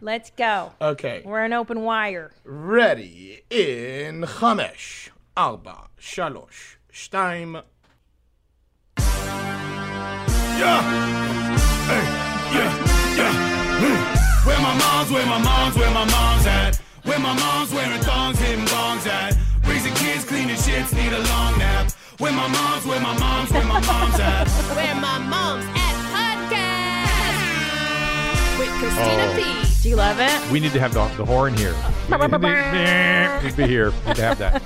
Let's go. Okay. We're an open wire. Ready in חמש, ארבע, שלוש, שתיים. Yeah. Hey, yeah, yeah. Mm. Where my mom's, where my mom's, where my mom's at. Where my mom's wearing thongs, hitting bongs at. Raising kids, cleaning shits, need a long nap. Where my mom's, where my mom's, where my mom's at. Where my mom's at podcast with Oh. Christina P. Do you love it? We need to have the, the horn here. We need, need to be here. We need to have that.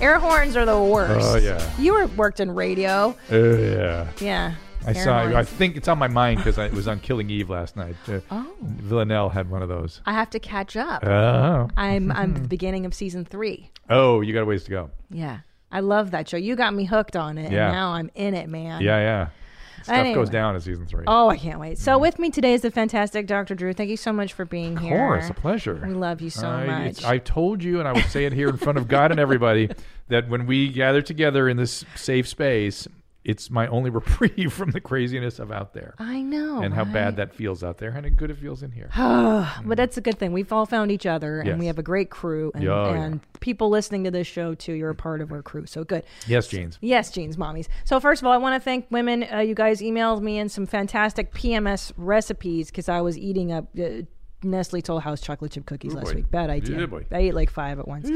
Air horns are the worst. Oh, yeah. You were worked in radio. Uh, yeah. Yeah. I Air saw. I horns. think it's on my mind because it was on Killing Eve last night. Uh, Oh. Villanelle had one of those. I have to catch up. Oh. I'm I'm at the beginning of season three. Oh, you got a ways to go. Yeah. I love that show. You got me hooked on it. Yeah. And now I'm in it, man. Yeah, yeah. Stuff Anyway. goes down in season three. Oh, I can't wait. So with me today is the fantastic Dr. Drew. Thank you so much for being of here. course, a pleasure. We love you so I, it's- much. I told you, and I would say it here in front of God and everybody, that when we gather together in this safe space, it's my only reprieve from the craziness of out there I know. and how right? bad that feels out there, and how good it feels in here. But that's a good thing. We've all found each other, and Yes. we have a great crew, and, Yeah, oh, yeah. and people listening to this show too. You're a part of our crew, so good. yes, Jeans. Yes, jeans, mommies. So first of all, I want to thank women. Uh, you guys emailed me in some fantastic PMS recipes because I was eating up uh, Nestle Toll House chocolate chip cookies last boy. week. Bad idea. Yeah, boy. I ate like five at once.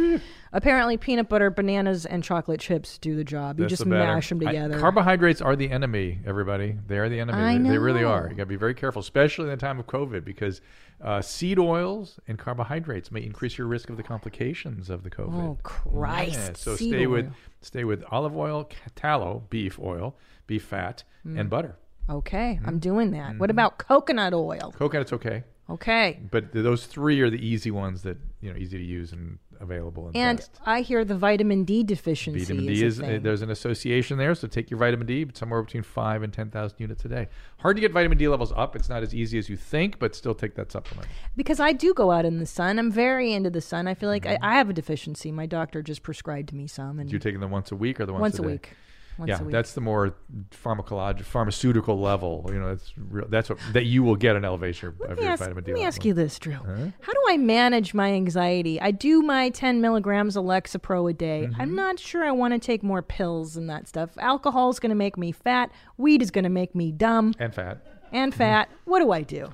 Apparently, peanut butter, bananas, and chocolate chips do the job. You That's just the better. mash them I- together. carbohydrates are the enemy, everybody. They are the enemy. I they, they really know. are. You got to be very careful, especially in the time of COVID, because uh, seed oils and carbohydrates may increase your risk of the complications of the COVID. oh Christ! Yeah, so Seed stay with oil. stay with olive oil, ca- tallow, beef oil, beef fat, Mm. and butter. Okay, Mm-hmm. I'm doing that. What about coconut oil? Coconut's okay, Okay. but th- those three are the easy ones that you know easy to use and available and, And best. I hear the vitamin D deficiency. Vitamin D is, is a uh, thing. there's an association there, so take your vitamin D but somewhere between five and ten thousand units a day. Hard to get vitamin D levels up. It's not as easy as you think, but still take that supplement. because I do go out in the sun. I'm very into the sun. I feel like Mm-hmm. I, I have a deficiency. My doctor just prescribed me some, and You're taking them once a week or the once, once a day? week. Once yeah, a week. that's the more pharmacologic, pharmaceutical level. You know, that's real, that's what that you will get an elevation of Let me your ask, vitamin D. let me level. ask you this, Drew. How do I manage my anxiety? I do my 10 milligrams of Lexapro a day. I'm not sure I want to take more pills and that stuff. Alcohol is going to make me fat. Weed is going to make me dumb and fat. and fat. What do I do?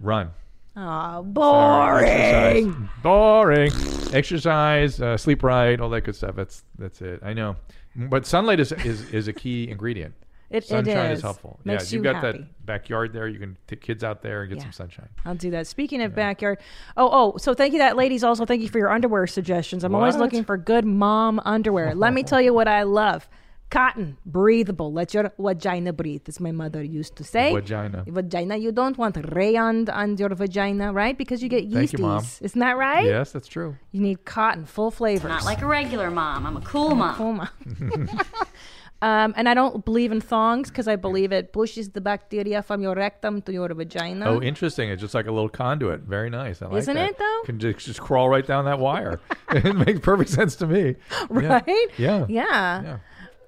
Run. Oh, Or boring. Exercise. Boring. exercise, uh, sleep right, all that good stuff. That's that's it. I know. But sunlight is is, is a key ingredient. It, it sunshine is. helpful. Makes yeah, you you've got happy. that backyard there. You can take kids out there and get Yeah. some sunshine. I'll do that. Speaking of backyard, oh oh, so thank you that ladies. Also, thank you for your underwear suggestions. I'm always What? looking for good mom underwear. Let me tell you what I love: cotton, breathable. Let your vagina breathe, as my mother used to say. Vagina. Vagina. You don't want rayon on your vagina, right? Because you get Thank you, Mom. yeasties. Isn't that right? Yes, that's true. You need cotton, full flavors. Not like a regular mom. I'm a cool mom. Coma. Um, and I don't believe in thongs because I believe it pushes the bacteria from your rectum to your vagina. Oh, interesting. It's just like a little conduit. Very nice. I like Isn't that. it, though? Can just, just crawl right down that wire. it makes perfect sense to me. right? Yeah. Yeah. Yeah.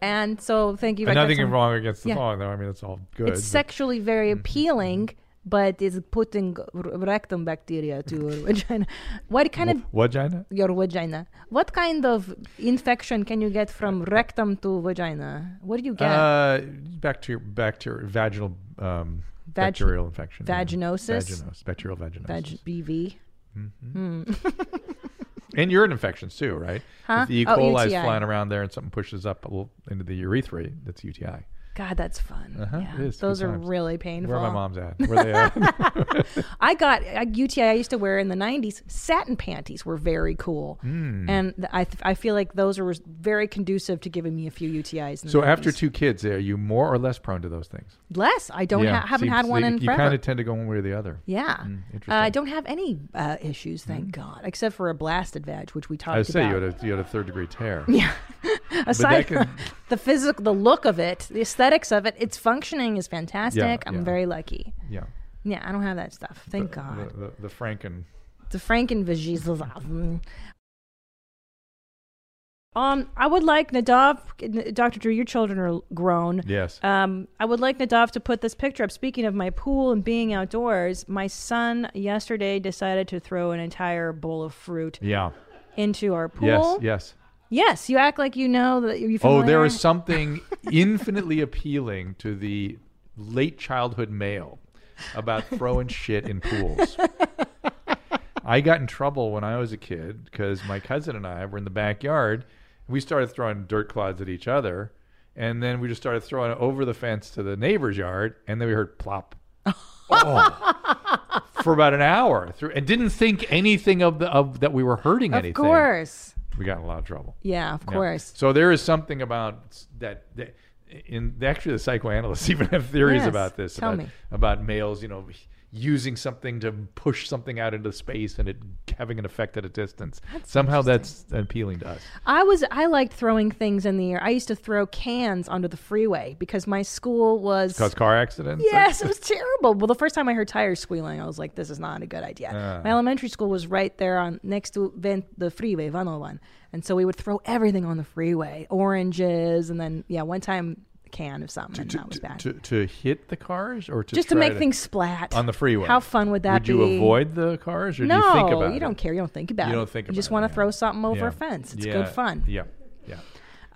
And so thank you. I And got nothing some- wrong against the Yeah. song, though. I mean, it's all good. It's but- Mm-hmm. sexually very appealing, but it's putting r- rectum bacteria to your vagina. What kind of Vagina? your vagina? What kind of infection can you get from rectum to vagina? What do you get? Uh, bacterial, bacterial, vaginal, um, Vag- bacterial infection. yeah. vaginosis? Vaginosis. Bacterial vaginosis. Mm-hmm. Vag- Hmm. BV. and urine infections too, right? Huh? If the E. Oh, coli is UTI. flying around there and something pushes up a little into the urethra, that's UTI. God, that's fun. Uh-huh, Yeah. it is. Those Good are times. really painful. Where are my mom's at? Where they at? I got a UTI I used to wear in the 90s. Satin panties were very cool. Hmm. And th- I, th- I feel like those were very conducive to giving me a few UTIs. In so the after 90s. two kids, are you more or less prone to those things? Less. I don't ha- haven't See, had so one you, in You forever. kind of tend to go one way or the other. Hmm, yeah. interesting. Hmm. Uh, I don't have any uh, issues, thank God, except for a blasted vag, which we talked I say you about. had a you had a third degree tear. Aside that can- from the physical, the look of it, the aesthetics of it, its functioning is fantastic. I'm yeah. very lucky. yeah. Yeah, I don't have that stuff. Thank God. The, the, the Franken. The Franken Um, I would like Nadav, Dr. Drew, your children are grown. Yes. Um, I would like Nadav to put this picture up. Speaking of my pool and being outdoors, my son yesterday decided to throw an entire bowl of fruit yeah. into our pool. Yes. Yes. Yes, you act like you know that you. Oh, there is something infinitely appealing to the late childhood male about throwing shit in pools. I got in trouble when I was a kid because my cousin and I were in the backyard. We started throwing dirt clods at each other, and then we just started throwing it over the fence to the neighbor's yard, and then we heard plop. Oh. For about an hour, through, and didn't think anything of the of that we were hurting Of anything. course. we got in a lot of trouble. Yeah, of Yeah. course. So there is something about s- that. that in actually, the psychoanalysts even have theories Yes. about this Tell about, me. about males, you know, using something to push something out into space and it having an effect at a distance. Somehow that's appealing to us. I was I liked throwing things in the air. I used to throw cans onto the freeway because my school was Cause car accidents. Yes, it was terrible. Well, the first time I heard tires squealing, I was like, "This is not a good idea." My elementary school was right there on next to Van, the freeway, 101, and so we would throw everything on the freeway, oranges, and then yeah, one time a can of something, and that was bad. To, to hit the cars or to Just to try make things splat on the freeway. How fun would that Would be? you avoid the cars or No, do you think about it? you don't care. You don't think about You it. don't think You just about it, want to yeah. throw something over Yeah. a fence. It's Yeah. good fun. Um, Yeah. Yeah.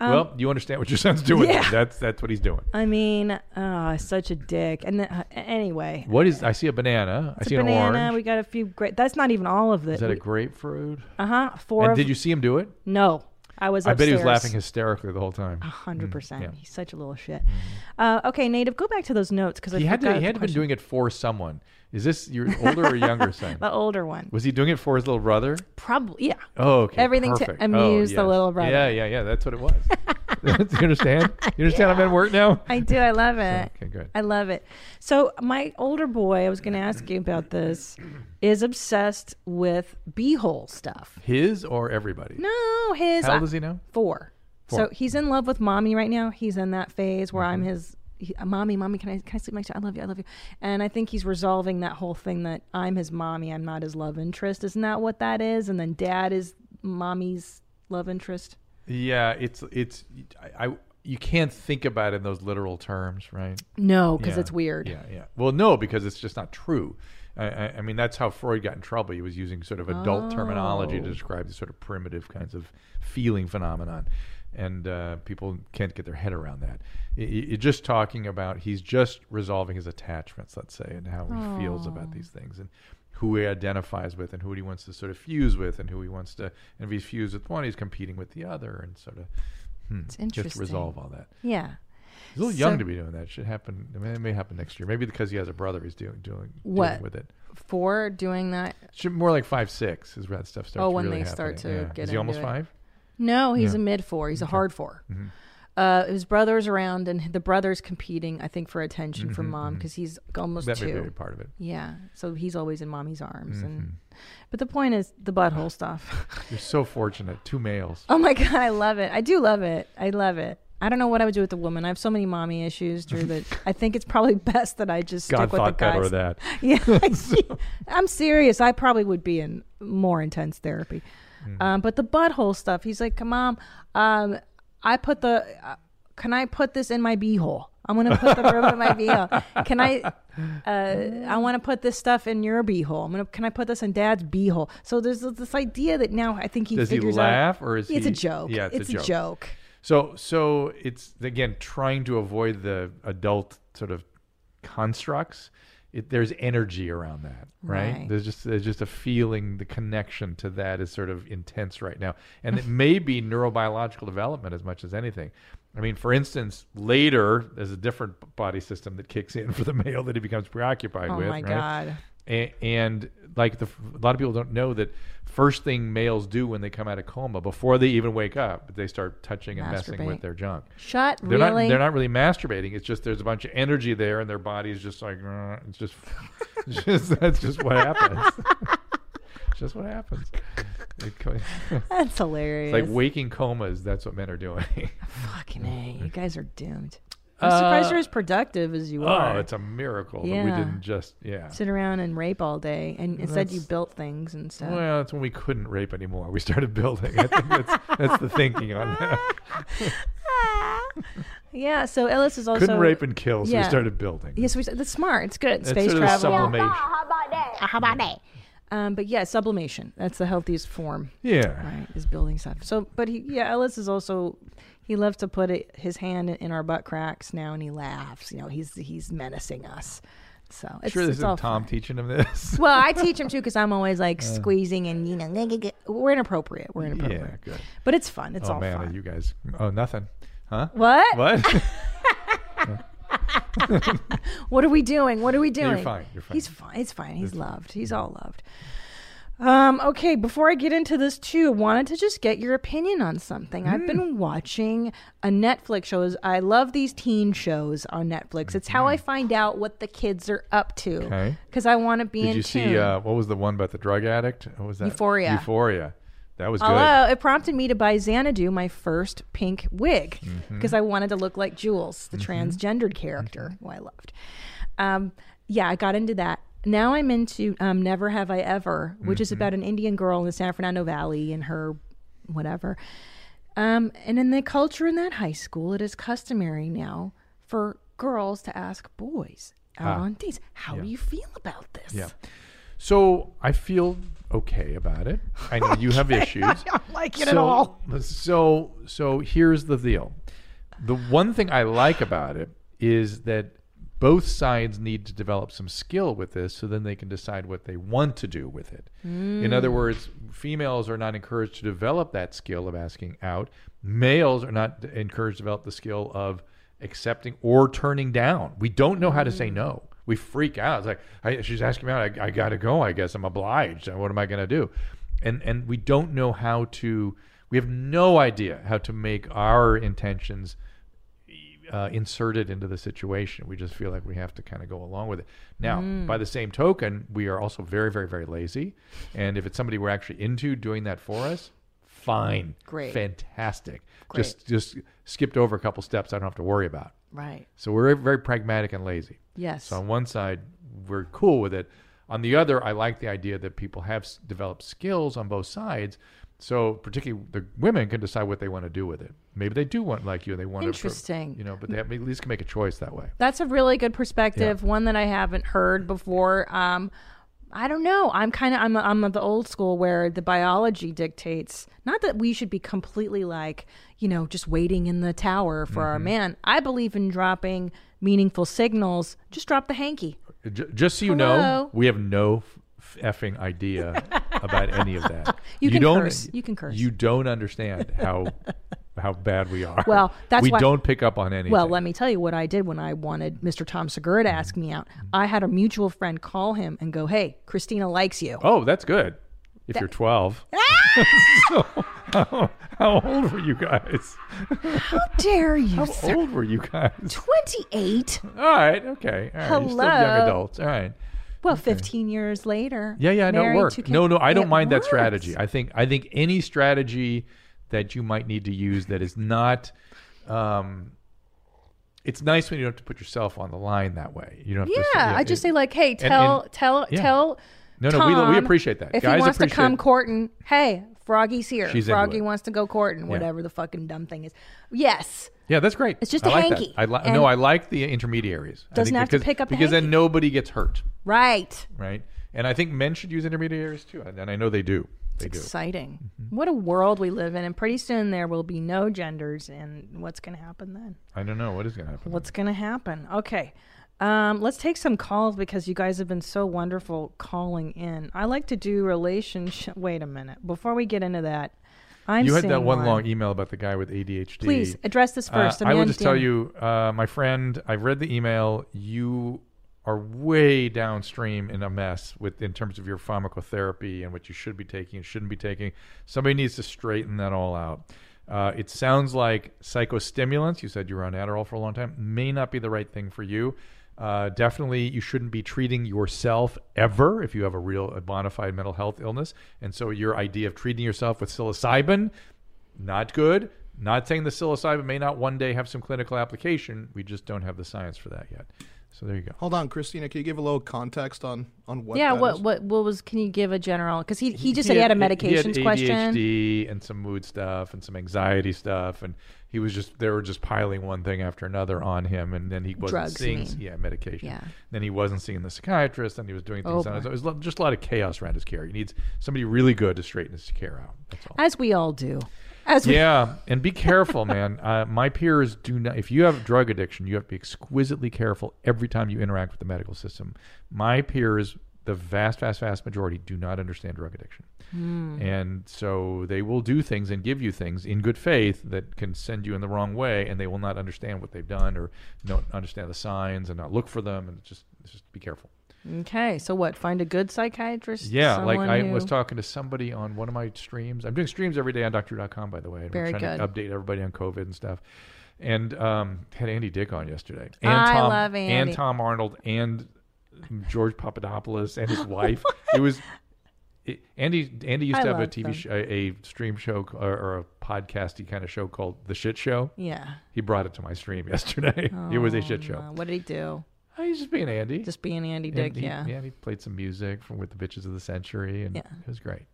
well, you understand what your son's doing. Yeah. That's that's what he's doing. I mean, oh, such a dick. And then, uh, anyway, What is? I see a banana. I it's see a an banana. orange. We got a few great. That's not even all of it. Is that a grapefruit? uh huh. Four. And of, did you see him do it? No, I was. I bet he was upstairs. laughing hysterically the whole time. Hundred percent. mm, yeah. Mm-hmm. He's such a little shit. Uh, okay, Native, go back to those notes because I He had forgot to. He the had to been question. doing it for someone. Is this your older or younger son? the older one. Was he doing it for his little brother? Probably, yeah. Oh, okay. Everything to perfect. Oh, amuse the yes. little brother. Yeah, yeah, yeah. That's what it was. do you understand? You understand? I'm at work now. I do. I love it. okay, good. I love it. So my older boy, I was going to ask you about this, is obsessed with beehole stuff. His or everybody? No, his How old is he now? Four. So Four. Mm-hmm. he's in love with mommy right now. He's in that phase where I'm his he, mommy, mommy, can I can I sleep next to you? I love you, I love you. And I think he's resolving that whole thing that I'm his mommy, I'm not his love interest. Isn't that what that is? And then dad is mommy's love interest. Yeah, it's it's. I, I you can't think about it in those literal terms, right? No, because Yeah. it's weird. Yeah, yeah. Well, no, because it's just not true. I, I, I mean, that's how Freud got in trouble. He was using sort of adult terminology Oh. to describe the sort of primitive kinds of feeling phenomenon, and uh, people can't get their head around that. I- I- You're just talking about he's just resolving his attachments, let's say, and how he feels about these things, and who he identifies with, and who he wants to sort of fuse with, and who he wants to. And if he's fused with one, he's competing with the other, and sort of hmm, It's just interesting. resolve all that. Yeah. He's a little So- young to be doing that. Should happen. I mean, it may happen next year. Maybe because he has a brother, he's doing doing What? dealing with it. Four doing that. Should more like five, six is where that stuff starts. Oh, when really they start happening. to yeah. get Is he almost into it. five? Mm-hmm. No, he's a mid four. He's a hard 4 Uh, his brother's around, and the brother's competing, I think, for attention from mom because he's almost Mm-hmm, That may two. be a part of it. Mm-hmm. Yeah. So he's always in mommy's arms and but the point is the butthole stuff. You're so fortunate. Two males. oh my god, I love it. I do love it. I love it. I don't know what I would do with a woman. I have so many mommy issues, Drew, that I think it's probably best that I just God stick with the thought better guys. of that. Yeah. I'm serious. I probably would be in more intense therapy. Mm-hmm. Um, but the butthole stuff, he's like, Mom, um, I put the, uh, can I put this in my beehole? I'm going to put the room in my beehole. Can I, uh, I want to put this stuff in your beehole. I'm going to, can I put this in dad's beehole? So there's this idea that now I think he Does he figures laugh out. or is it's a he- joke. Yeah, it's a joke. joke. So so it's again trying to avoid the adult sort of constructs. It, there's energy around that, right? Right. There's just there's just a feeling. The connection to that is sort of intense right now, and it may be neurobiological development as much as anything. I mean, for instance, later there's a different b- body system that kicks in for the male that he becomes preoccupied Oh with. my right? God. and, and like the, a lot of people don't know that first thing males do when they come out of coma before they even wake up they start touching and messing with Masturbate. their junk Shut they're really. not they're not really masturbating it's just there's a bunch of energy there and their body is just like "Grr." it's just, it's just that's just what happens It's just what happens It co- That's hilarious. like waking comas that's what men are doing Fucking A. You guys are doomed. I'm surprised you're as productive as you Uh, Oh, are. it's a miracle that we Yeah. didn't just yeah. Sit around and rape all day, and instead you built things and stuff. Well, that's when we couldn't rape anymore. We started building. I think that's, that's the thinking on that. yeah. So Ellis is also Couldn't rape and kill, so yeah. we started building. Yes, we, that's smart. It's good. That's Space sort of the travel. Uh, sublimation. Um, but yeah, sublimation. That's the healthiest form, Yeah. right? Is building stuff. So, but he, yeah, Ellis is also. He loves to put it, his hand in our butt cracks now, and he laughs. You know, he's he's menacing us. So it's, Sure, it's this all isn't Tom fun. teaching him this. Uh. Well, I teach him too because I'm always like squeezing and you know we're inappropriate. We're inappropriate. yeah, good. But it's fun. It's Oh all man, fun. you guys. Oh, nothing. Huh? what? what? What? are we doing? What are we doing? you're fine. You're fine. He's fine. He's fine. He's loved. He's all loved. Um, okay, before I get into this too, I wanted to just get your opinion on something. I've Mm. been watching a Netflix shows. I love these teen shows on Netflix. It's how I find out what the kids are up to Mm-hmm. Okay. because I want to be Did in you tune. see uh, what was the one about the drug addict? What was that? Euphoria. Euphoria. That was Hello. It prompted me to buy Xanadu, my first pink wig, Mm-hmm. because I wanted to look like Jules, the transgendered character who I loved. Um, yeah, I got into that. Now I'm into um, Never Have I Ever, which Mm-hmm. is about an Indian girl in the San Fernando Valley and her whatever. Um, and in the culture in that high school, it is customary now for girls to ask boys out on dates, How do you feel about this? Ah. Yeah. good. So I feel okay about it. I know you have issues. Like it so, at all. So so here's the deal. The one thing I like about it is that both sides need to develop some skill with this so then they can decide what they want to do with it. In other words, females are not encouraged to develop that skill of asking out. Males are not encouraged to develop the skill of accepting or turning down. We don't know how to say no. We freak out. It's like I, she's asking me out. I, I got to go. I guess I'm obliged. What am I going to do? And and we don't know how to. We have no idea how to make our intentions uh, inserted into the situation. We just feel like we have to kind of go along with it. Now, Mm. by the same token, we are also very, very, very lazy. And if it's somebody we're actually into doing that for us, fine, Great. fantastic. Just just skipped over a couple steps. I don't have to worry about. Right. So we're very pragmatic and lazy. Yes. So on one side, we're cool with it. On the other, I like the idea that people have s- developed skills on both sides. So particularly the women can decide what they want to do with it. Maybe they do want like you. They want Interesting. To, you know, but they have, at least can make a choice that way. That's a really good perspective, one that I haven't heard before. Um, I don't know. I'm kind of I'm I'm of the old school where the biology dictates. Not that we should be completely like you know just waiting in the tower for Mm-hmm. our man. I believe in dropping meaningful signals. Just drop the hanky. J- just so you Hello? know, we have no f- effing idea about any of that. You can don't. curse. You can curse. You don't understand how how bad we are. Well, that's we why- don't pick up on anything. Mm-hmm. Well, let me tell you what I did when I wanted Mr. Tom Segura to ask me out. I had a mutual friend call him and go, "Hey, Christina likes you." Oh, that's good. If you're 12. Ah! so, how, how old were you guys? Dare you? How old were you Oh, guys? Twenty eight. All right. Okay. All right. You're still young Hello? adults. All right. Well, 15 years later. Yeah, yeah, no, it married worked. to Kim- No, no, I don't It mind that works. strategy. I think I think any strategy that you might need to use that is not um it's nice when you don't have to put yourself on the line that way. You don't have Yeah, to I just it- say like, hey, and- tell, and- tell, yeah. tell. No, no, we- we Tom appreciate that. If he Guys wants to appreciate come it. courting, hey, Froggy's here. She's into Froggy it. wants to go courting, whatever the fucking dumb thing is. Yes, Yeah, that's great. It's just I a like that. hanky, I li- and- no, I like the intermediaries. I Doesn't think have to because- pick up the because hanky. then nobody gets hurt. right. right? And I think men should use intermediaries too, and and I know they do. They do. Mm-hmm. Exciting. What a world we live in. And pretty soon there will be no genders. And what's going to happen then? I don't know what is going to happen. What's going to happen? Okay. Um, let's take some calls because you guys have been so wonderful calling in. I like to do relationship. Wait a minute. Before we get into that, I'm you had that seeing one long email about the guy with ADHD. Please address this Uh, first. I will just tell you, uh, my friend, I've read the email. You are way downstream in a mess with in terms of your pharmacotherapy and what you should be taking and shouldn't be taking. Somebody needs to straighten that all out. Uh, it sounds like psychostimulants. You said you were on Adderall for a long time. May not be the right thing for you. Uh, definitely, you shouldn't be treating yourself ever if you have a real, a bona fide mental health illness. And so, your idea of treating yourself with psilocybin not good. Not saying the psilocybin may not one day have some clinical application. We just don't have the science for that yet. So there you go. Hold on, Christina. Can you give a little context on on what? yeah. that What, is? what what was? Can you give a general? Because he, he just said he had a medications he had question. ADHD and some mood stuff and some anxiety stuff, and he was just they were just piling one thing after another on him, and then he wasn't Drugs, you seeing mean. yeah medication. Yeah. Then he wasn't seeing the psychiatrist, and he was doing things Oh, on his own. It was lo- just a lot of chaos around his care. He needs somebody really good to straighten his care out. That's all. As we all do. As we, Yeah, and be careful, man. Uh, my peers do not. If you have drug addiction, you have to be exquisitely careful every time you interact with the medical system. My peers, the vast, vast, vast majority, do not understand drug addiction, Hmm. and so they will do things and give you things in good faith that can send you in the wrong way, and they will not understand what they've done or don't understand the signs and not look for them, and just just be careful. Okay. So what? Find a good psychiatrist. Yeah, like someone I who- was talking to somebody on one of my streams. I'm doing streams every day on Doctor.com, by the way. and Very I'm good. trying to update everybody on COVID and stuff. And um, had Andy Dick on yesterday. And I Tom, love Andy. And Tom Arnold and George Papadopoulos and his wife. it was it, Andy. Andy used I to have a love TV them. sh- a, a stream show c- or, or a podcasty kind of show called The Shit Show. Yeah. He brought it to my stream yesterday. it was a shit show. Uh, what did he do? Oh, He's just being Andy. Just being Andy And Dick. he- yeah. Yeah, and he played some music from with the bitches of the century, and Yeah. it was great.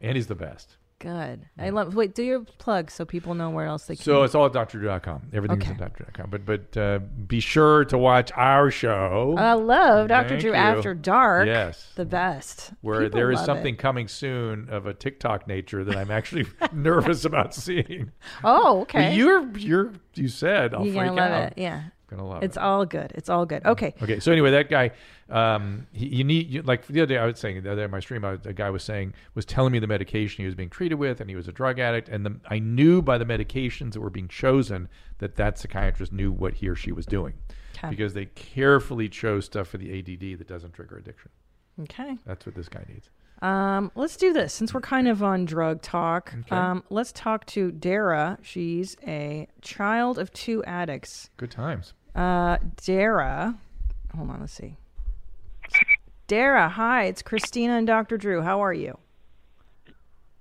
And he's the best. Good. I love. Wait. Do your plug so people know where else they can. So it's all at drdrew.com. Everything's Okay. at drdrew.com. But but uh, be sure to watch our show. I love Dr. Thank Drew you. After Dark. Yes. The best. where People there is love it. something coming soon of a TikTok nature that I'm actually nervous about seeing. Oh, okay. But You're you're you said I'll You're freak gonna love out. it. Yeah. Gonna love It's it. all good. It's all good. Okay. Okay, so anyway, that guy, um, he, you need you, like the other day I was saying the other day on my stream, I, was- a guy was saying was telling me the medication he was being treated with, and he was a drug addict, and the, I knew by the medications that were being chosen that that psychiatrist knew what he or she was doing, because they carefully chose stuff for the ADD that doesn't trigger addiction. Okay. That's what this guy needs. Um, let's do this since we're kind of on drug talk. Um, let's talk to Dara. She's a child of two addicts. Good times. Uh, Dara, hold on. Let's see. Dara, hi. It's Christina and Dr. Drew. How are you?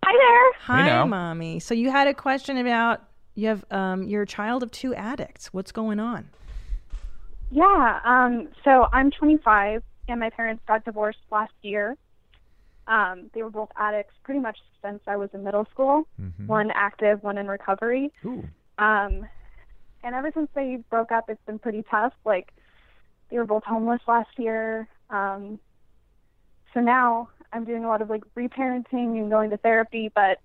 Hi there. Hi, now. mommy. So you had a question about you have um, you're a child of two addicts. What's going on? Yeah. Um, so I'm 25, and my parents got divorced last year. Um, they were both addicts pretty much since I was in middle school. One active, one in recovery. Ooh. Um, and ever since they broke up, it's been pretty tough. Like they were both homeless last year. Um, so now I'm doing a lot of like reparenting and going to therapy, but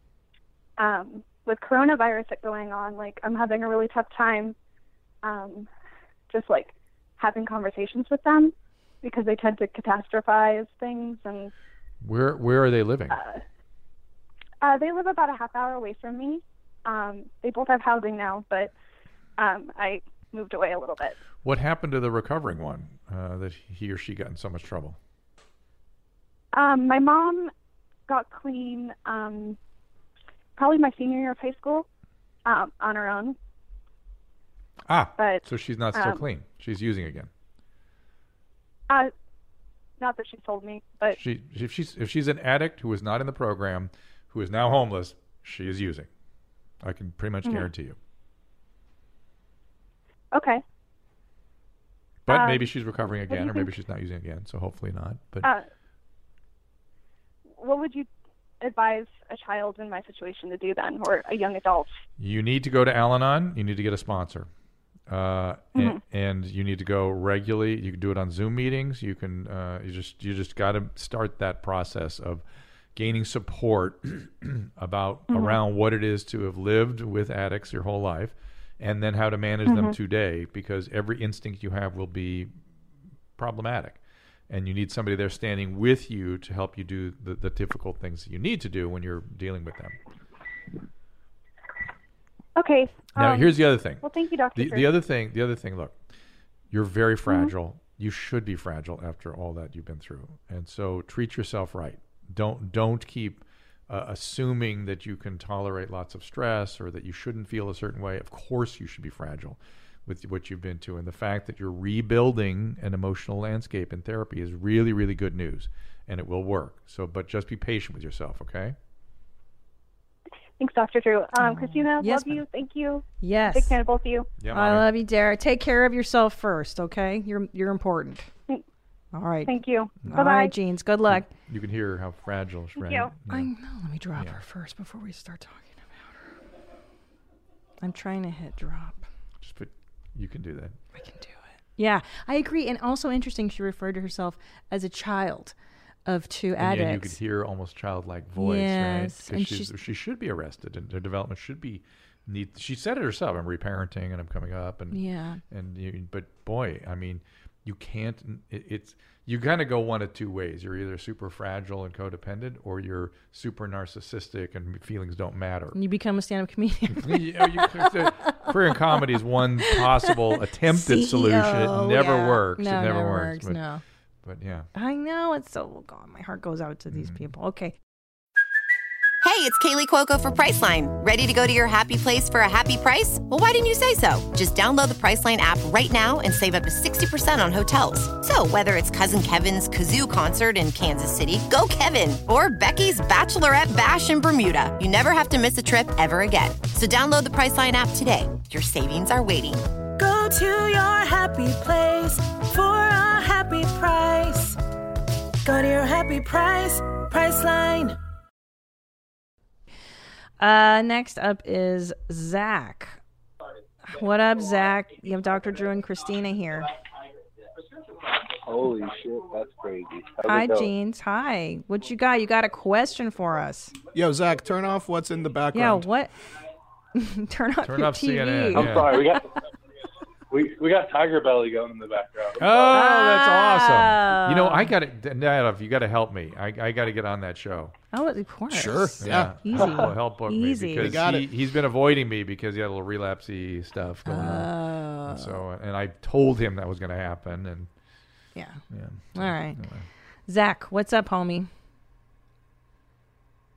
um, with coronavirus going on, like I'm having a really tough time um, just like having conversations with them because they tend to catastrophize things and Where where are they living? uh, they live about a half hour away from me. Um, they both have housing now, but um, I moved away a little bit. what happened to the recovering one uh, that he or she got in so much trouble? Um, my mom got clean um, probably my senior year of high school um, on her own. Ah, But, so she's not still um, clean. She's using again. Uh, not that she told me, but She if she's if she's an addict who is not in the program, who is now homeless, she is using. I can pretty Mm-hmm. much guarantee you. okay. But Um, maybe she's recovering do again, you or maybe she's not using again. So hopefully not. But Uh, what would you advise a child in my situation to do then, or a young adult? you need to go to Al-Anon. You need to get a sponsor, uh, and, and you need to go regularly. You can do it on Zoom meetings. You can uh, you just you just got to start that process of gaining support about around what it is to have lived with addicts your whole life, and then how to manage them today because every instinct you have will be problematic. And you need somebody there standing with you to help you do the, the difficult things that you need to do when you're dealing with them. Okay. Now, um, here's the other thing. Well, thank you, Dr. the, Drew. Mm-hmm. the other thing the other thing look you're very fragile you should be fragile after all that you've been through and so treat yourself right don't don't keep uh, assuming that you can tolerate lots of stress or that you shouldn't feel a certain way of course you should be fragile with what you've been to and the fact that you're rebuilding an emotional landscape in therapy is really really good news and it will work so but just be patient with yourself okay Thanks, Dr. Drew. Um, Christina, Mm-hmm. Yes, love you. Thank you. Yes. Big fan of both of you. Yeah, I mommy. love you, Dara. Take care of yourself first, okay? You're you're important. Thank- All right. Mm. Thank you. All Bye-bye. right, Jeans. Mm, Good luck. You can hear how fragile she ran. you. I know. Let me drop her first before we start talking about her. I'm trying to hit drop. Just put, you can do that. I can do it. Yeah, I agree. And also interesting, she referred to herself as a child of two And, addicts. yeah, you could hear almost childlike voice, right? Yes, and Because she's, she's- she should be arrested, and her development should be. Need, she said it herself. I'm reparenting, and I'm coming up, and Yeah. and you, but boy, I mean, you can't. It, it's you kind of go one of two ways. You're either super fragile and codependent, or you're super narcissistic and feelings don't matter. And you become a stand-up comedian. you know, you- the career in comedy is one possible attempted solution. CEO, It never E yeah. works. No, it never, never works. works, But, no. but yeah. I know Oh, it's so. God, my heart goes out to these people. Okay, Hey, it's Kaylee Cuoco for Priceline. Ready to go to your happy place for a happy price? Well, why didn't you say so? Just download the Priceline app right now and save up to 60% on hotels. So, whether it's Cousin Kevin's Kazoo concert in Kansas City, go Kevin, or Becky's Bachelorette Bash in Bermuda, you never have to miss a trip ever again. So, download the Priceline app today. Your savings are waiting. Go to your happy place for a happy price. Go to your happy price, Priceline. uh, next up is Zach. What up, Zach? You have Dr. Drew and Christina here. Holy shit, that's crazy. Hi, Jeans. Hi. What you got? You got a question for us? Yo, Zach, turn off what's in the Yeah. background. What? Turn off Turn your off TV. CNN, I'm Yeah. sorry, we got we, we got Tiger Belly going in the background. Oh, that's awesome. You know, Oh. I got to, Nadav, you got to help me. I, I got to get on that show. Oh, of course. Sure. Yeah. Easy. Help, help book Easy. me We because got he, it. he's been avoiding me because he had a little relapsey stuff going Oh. on. And so, and I told him that was going to happen. And Yeah. yeah. All right. Zach, what's up, homie?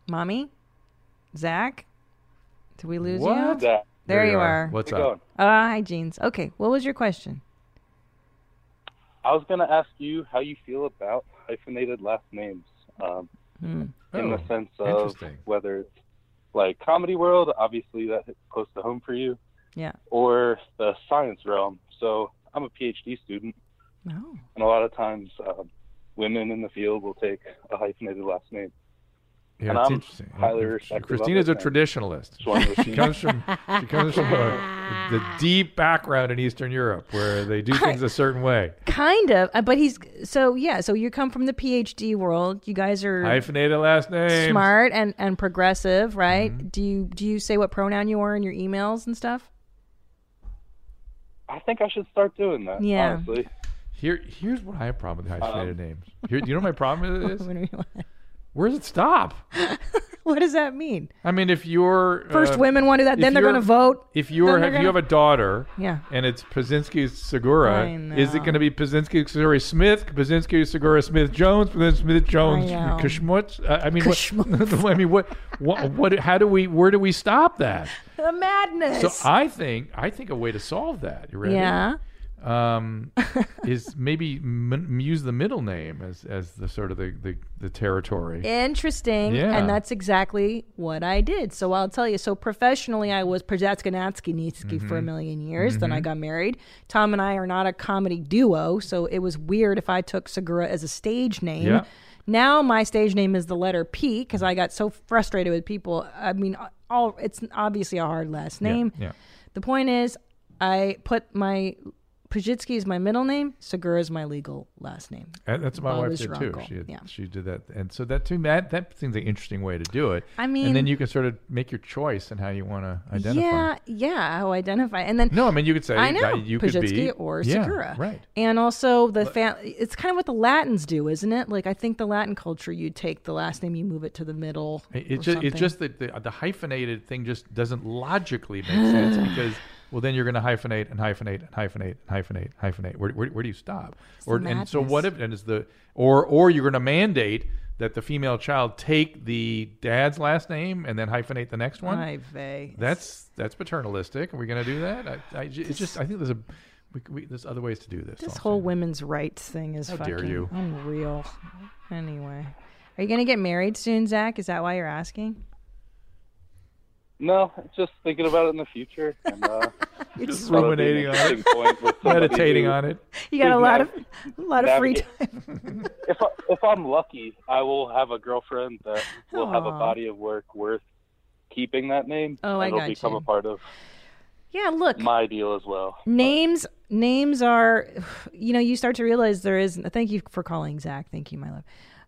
Mommy? Zach? Did we lose you? What? Zach, There, you are. What's keep up? going. Oh, hi, Jeans. Okay, what was your question? I was gonna ask you how you feel about hyphenated last names, um, in the Oh, sense of interesting. whether it's like comedy world, obviously that hits close to home for you, Yeah. or the science realm. So I'm a PhD student, No. and a lot of times um, women in the field will take a hyphenated last name. Yeah, And it's I'm interesting. highly Uh, respectful Christina's a of that. traditionalist. Just wanted to She see- comes from she comes from a, the deep background in Eastern Europe where they do things a certain way. Kind of, uh, but he's so yeah. So you come from the PhD world. You guys are Hyphenated last name. smart and and progressive, right? Mm-hmm. Do you do you say what pronoun you are in your emails and stuff? I think I should start doing that. Yeah. Honestly. Here, here's what I have a problem with hyphenated names. Here, you know what my problem is When we- where does it stop? what does that mean? I mean, if you're First, uh, women want to do that. if Then they're you're- going to vote. If you're Then they're if you have a daughter, Yeah. and it's Pazinski I Segura, is know. it going to be Pazinski Segura Smith, Pazinski Segura Smith Jones, Pazinski Smith Jones I know. Kashmutz? I I mean, what, I mean, what, what, what? How do we? Where do we stop that? The madness. So I think I think a way to solve that. You ready? yeah. Um, is maybe m- use the middle name as as the sort of the the, the territory. Interesting. Yeah. And that's exactly what I did. So I'll tell you. So professionally, I was Przezatsky Nitsky for Mm-hmm. a million years. Then I got married. Tom and I are not a comedy duo. So it was weird if I took Segura as a stage name. Yeah. Now my stage name is the letter P because I got so frustrated with people. I mean, all it's obviously a hard last name. Yeah. The point is, I put my Pajitsky is my middle name. Segura is my legal last name. And that's what my Bob wife is did your too. uncle. She, had- Yeah. she did that, and so that too. That that seems an interesting way to do it. I and mean- then you can sort of make your choice in how you want to identify. Yeah, yeah. How identify and then No, I mean you could say I know that you could Pajitsky be or yeah, Segura, right? And also the fam- It's kind of what the Latins do, isn't it? Like I think the Latin culture, you take the last name, you move it to the middle. It- It's or just, it's something. just that the, the hyphenated thing just doesn't logically make sense because well then you're going to hyphenate and hyphenate and hyphenate and hyphenate hyphenate. Where, where, where do you stop? or and so what if and is the or or you're going to mandate that the female child take the dad's last name and then hyphenate the next one? Ay vey. That's that's paternalistic. Are we going to do that? I, I ju- it's just I think there's a we, we, there's other ways to do this. This also. whole women's rights thing is dare fucking you. unreal. Anyway, are you gonna get married soon, Zach? Is that why you're asking? No, just thinking about it in the future. And, uh, You're just ruminating on it. Meditating on it. You got a lot of a lot of free time. if, I, if I'm lucky, I will have a girlfriend that will have a Aw. body of work worth keeping that name. Oh, I and it'll got become you. a part of Yeah, look. my deal as well. Names names are you know, you start to realize there is thank you for calling, Zach. Thank you, my love.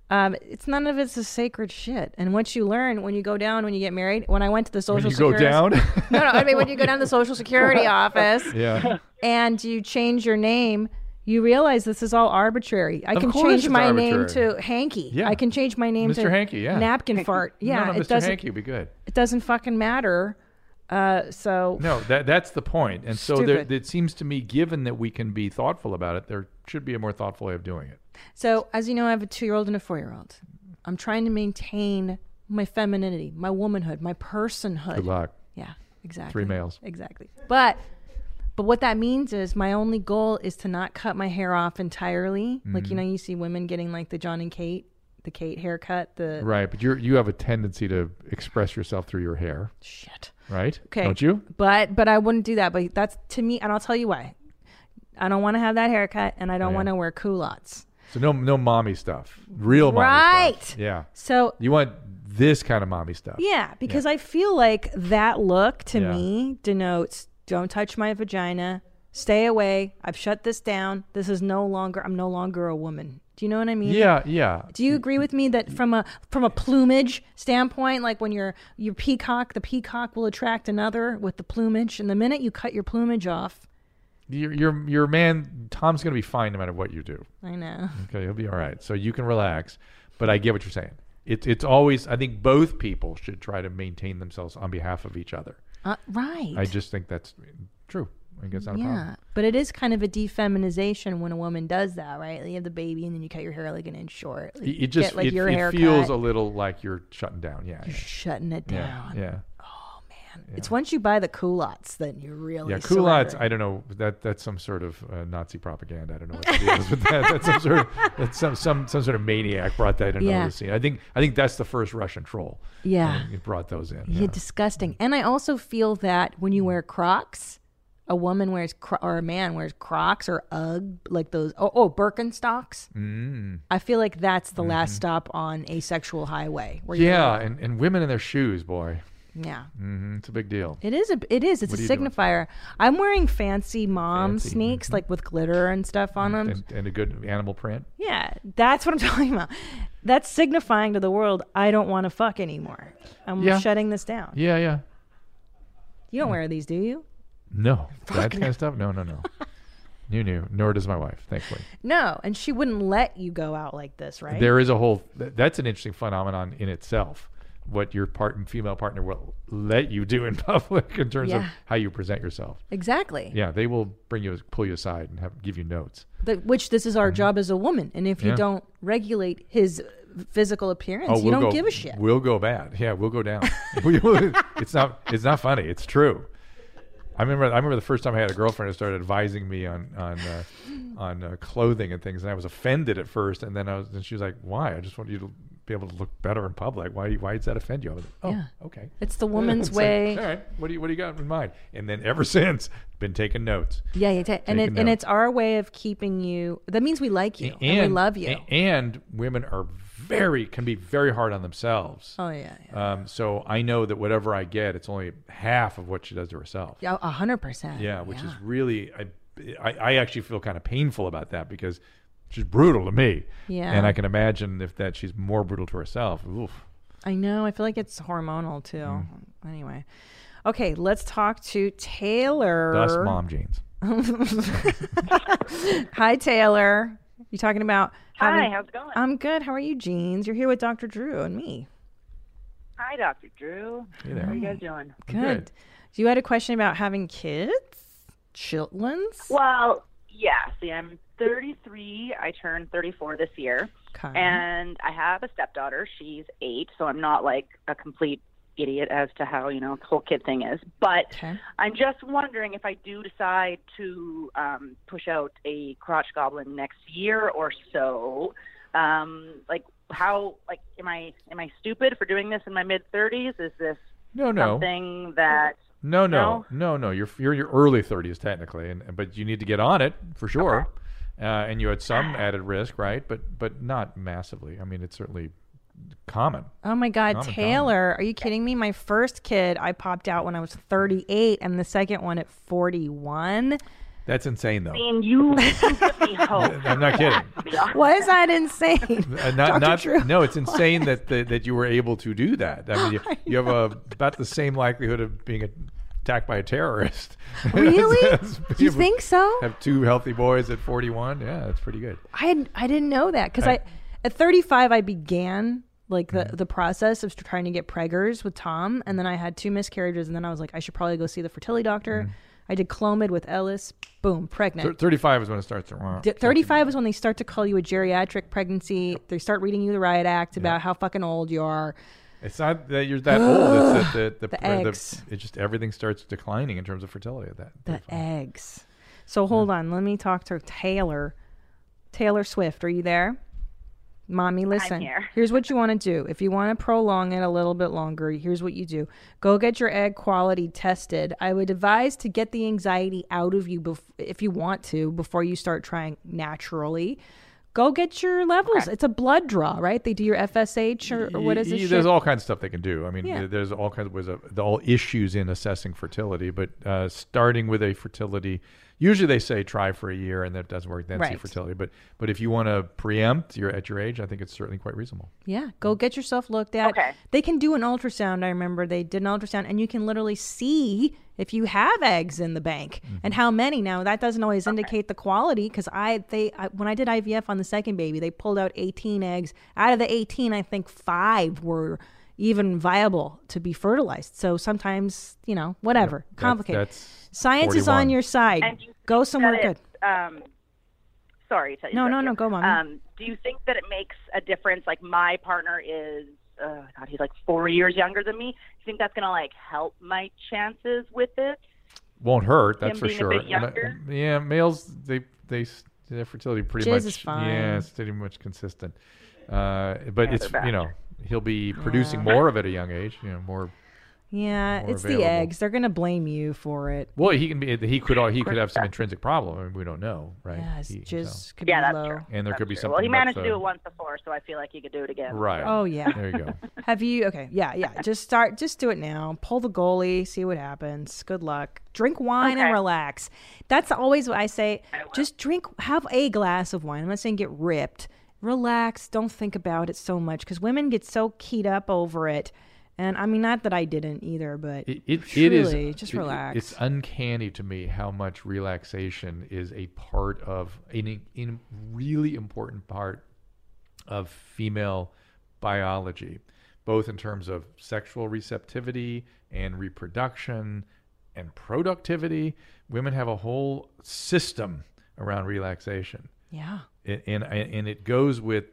Um, it's none of it's a sacred shit. And once you learn when you go down when you get married, when I went to the social When you go Security- down? No, no, I mean when you go down to the social security office Yeah. and you change your name, you realize this is all arbitrary. I Of can course change it's my name arbitrary. to Hanky. Yeah. I can change my name to Mr. Hanky, yeah. Napkin fart. Yeah, no, no, it Mr. doesn't Hanky would be good. it doesn't fucking matter. Uh, so No, that that's the point. And so there, Stupid. it seems to me, given that we can be thoughtful about it, there should be a more thoughtful way of doing it. So, as you know, I have a two year old and a four year old. I'm trying to maintain my femininity, my womanhood, my personhood. Good luck. Yeah, exactly. Three males. Exactly. But but what that means is my only goal is to not cut my hair off entirely. Like you Mhm. know, you see women getting like the John and Kate, the Kate haircut, the Right, but you you have a tendency to express yourself through your hair. Shit. Right? Okay. Don't you? But but I wouldn't do that. But that's to me, and I'll tell you why. I don't want to have that haircut, and I don't Yeah. want to wear culottes. So no no mommy stuff. Real mommy Right. stuff. Yeah. So- you want this kind of mommy stuff. Yeah, because I feel like that look to Yeah. me denotes don't touch my vagina, stay away. I've shut this down. This is no longer I'm no longer a woman. Do you know what I mean? Yeah, yeah. Do you agree with me that from a from a plumage standpoint, like when you're your peacock, the peacock will attract another with the plumage, and the minute you cut your plumage off, Your your your man Tom's gonna be fine no matter what you do. I know. Okay, he'll be all right. So you can relax. But I get what you're saying. It's it's always I think both people should try to maintain themselves on behalf of each other. Uh, right. I just think that's true. I think it's not a problem. yeah, but it is kind of a defeminization when a woman does that, right? You have the baby, and then you cut your hair like an inch short. Like, It, it just get, like it, your it hair feels cut. a little like you're shutting down. Yeah, yeah. shutting it Yeah, down. yeah. It's once you buy the culottes, then you really yeah, surrender. culottes. I don't know that that's some sort of uh, Nazi propaganda. I don't know what to do with that. That's some sort of that's some, some some sort of maniac brought that into Yeah. the scene. I think I think that's the first Russian troll. Yeah. I Mm. think it brought those in. Yeah, disgusting. And I also feel that when you wear Crocs, a woman wears cro- or a man wears Crocs or UGG, like those. Oh, oh Birkenstocks. Mm. Mm-hmm. I feel like that's the last stop on a sexual highway. Where you- Yeah, and, and women in their shoes, boy. Yeah. hmm It's a big deal. It is. A, it is. It's What a are you doing? signifier. I'm wearing fancy mom Fancy. mm-hmm. Mm, sneaks, like with glitter and stuff on them. And, and a good animal print. Yeah, that's what I'm talking about. That's signifying to the world I don't want to fuck anymore. I'm Yeah. shutting this down. Yeah, yeah. You Hmm. don't wear these, do you? No, that Fuck kind no. of stuff. No, no, no. you knew. Nor does my wife, thankfully. No, and she wouldn't let you go out like this, right? There is a whole. th- That's an interesting phenomenon in itself. What your part female partner will let you do in public in terms of Yeah. how you present yourself. exactly. Yeah, they will bring you, pull you aside, and have give you notes. That- which this is our job as a woman, and if Hmm. Yeah. Oh, you don't regulate his physical appearance, you we'll don't go- give a shit. We'll go bad. Yeah, we'll go down. We will- it's not. It's not funny. It's true. I remember. I remember the first time I had a girlfriend who started advising me on on uh, on uh, clothing and things, and I was offended at first, and then I was. And she was like, "Why? I just want you to be able to look better in public. Why? Why does that offend you?" I was like, "Oh, Yeah. okay." It's the woman's It's like, way. All right. What do you What do you got in mind? And then ever since, been taking notes. Yeah, yeah, ta- and Taking it, and it's notes. our way of keeping you. That means we like you and, we love you. a- And women are very can be very hard on themselves. Oh, yeah, Um, so I know that whatever I get, it's only half of what she does to herself. Yeah, a hundred percent. Yeah, which is really I, I I actually feel kind of painful about that because she's brutal to me. Yeah. and I can imagine if that she's more brutal to herself. Oof. I know. I feel like it's hormonal too. Mm. Anyway, okay, let's talk to Taylor. Thus, mom jeans. Hi, Taylor. You talking about? Hi, having- how's it going? I'm good. How are you, Jeans? You're here with Dr. Drew and me. Hi, Dr. Drew. Hey there. How are you guys doing? Good. You had a question about having kids, childrens. Well, yeah. See, I'm 33. I turned 34 this year. Okay. And I have a stepdaughter. She's eight, so I'm not like a complete idiot as to how, you know, the whole kid thing is. But I'm just wondering if I do decide to um, push out a crotch goblin next year or so. Um, like, how, like, am I am I stupid for doing this in my mid 30s? Is this No, no. something that No, no, no, no. You're you're in your early 30s technically, and but you need to get on it for sure. Uh, and you're at some added risk, right? But but not massively. I mean, it's certainly common. Oh my God, Common, common. Taylor, are you kidding me? My first kid, I popped out when I was 38, and the second one at 41. That's insane, though. you I'm not kidding. Why is that insane? Uh, Dr. not, not Drew, no. It's insane that, that that you were able to do that. I mean, you, you have a, about the same likelihood of being attacked by a terrorist. Really? do you think so? Have two healthy boys at 41. Yeah, that's pretty good. I had, I didn't know that because I, I- Mm. at 35 I began like the the process of trying to get preggers with Tom, and then I had two miscarriages, and then I was like, I should probably go see the fertility doctor. I did Clomid with Ellis. Boom, pregnant. Mm. Thir- 35 is when it starts to. D- 35 is when they start to call you a geriatric pregnancy. They start reading you the riot act about how fucking old you are. It's not that you're that old. It's that the, the, The where eggs. it just everything starts declining in terms of fertility at that. The eggs. So hold on. Let me talk to Taylor. Taylor Swift, are you there? Mommy, listen. here. Here's what you want to do. If you want to prolong it a little bit longer, here's what you do. Go get your egg quality tested. I would advise to get the anxiety out of you bef- if you want to before you start trying naturally. Go get your levels. It's a blood draw, right? They do your FSH or, or what is this? Y- y- shit? There's all kinds of stuff they can do. I mean, Yeah. there's all kinds of ways of the all issues in assessing fertility, but uh, starting with a fertility, usually they say try for a year, and that doesn't work. Then see Right. fertility. But but if you want to preempt, you're at your age. I think it's certainly quite reasonable. Yeah, Mm. go get yourself looked at. Okay. They can do an ultrasound. I remember they did an ultrasound, and you can literally see if you have eggs in the bank Mm-hmm. and how many. Now that doesn't always indicate the quality because I they I, when I did IVF on the second baby, they pulled out 18 eggs. Out of the 18, I think five were even viable to be fertilized. So sometimes you know whatever that's- complicated. that's Science is 41. on your side. And you go somewhere that good. it, Um, sorry to No, no, interrupt no, you. go, Mommy. Um, do you think that it makes a difference? Like my partner is, uh, God, he's like four years younger than me. Do you think that's gonna like help my chances with it? Won't hurt. That's Him for being a sure. bit And I- younger? yeah, males they they s- their fertility pretty Jizz much is fine. yeah, it's pretty much consistent. Uh, but Yeah, it's they're bad. you know he'll be producing Yeah. more of it at a young age. You know more. Yeah, more it's the available. eggs. They're gonna blame you for it. Well, he can be. He could. He could have some intrinsic problem. I mean, we don't know, right? Yeah, his He- jizz could Yeah, be that's low. true. And there could be Sure. something. Well, he about managed to the- do it once before, so I feel like he could do it again. Right. Oh yeah. There you go. Have you okay? Yeah, yeah. Just start. Just do it now. Pull the goalie. See what happens. Good luck. Drink wine and Okay. relax. That's always what I say. Just drink. Have a glass of wine. I'm not saying get ripped. Relax. Don't think about it so much because women get so keyed up over it. And I mean, not that I didn't either, but It, it, it is. truly, just it- it- relax. it's uncanny to me how much relaxation is a part of an, in really important part of female biology, both in terms of sexual receptivity and reproduction and productivity. Women have a whole system around relaxation. Yeah. and and, and it goes with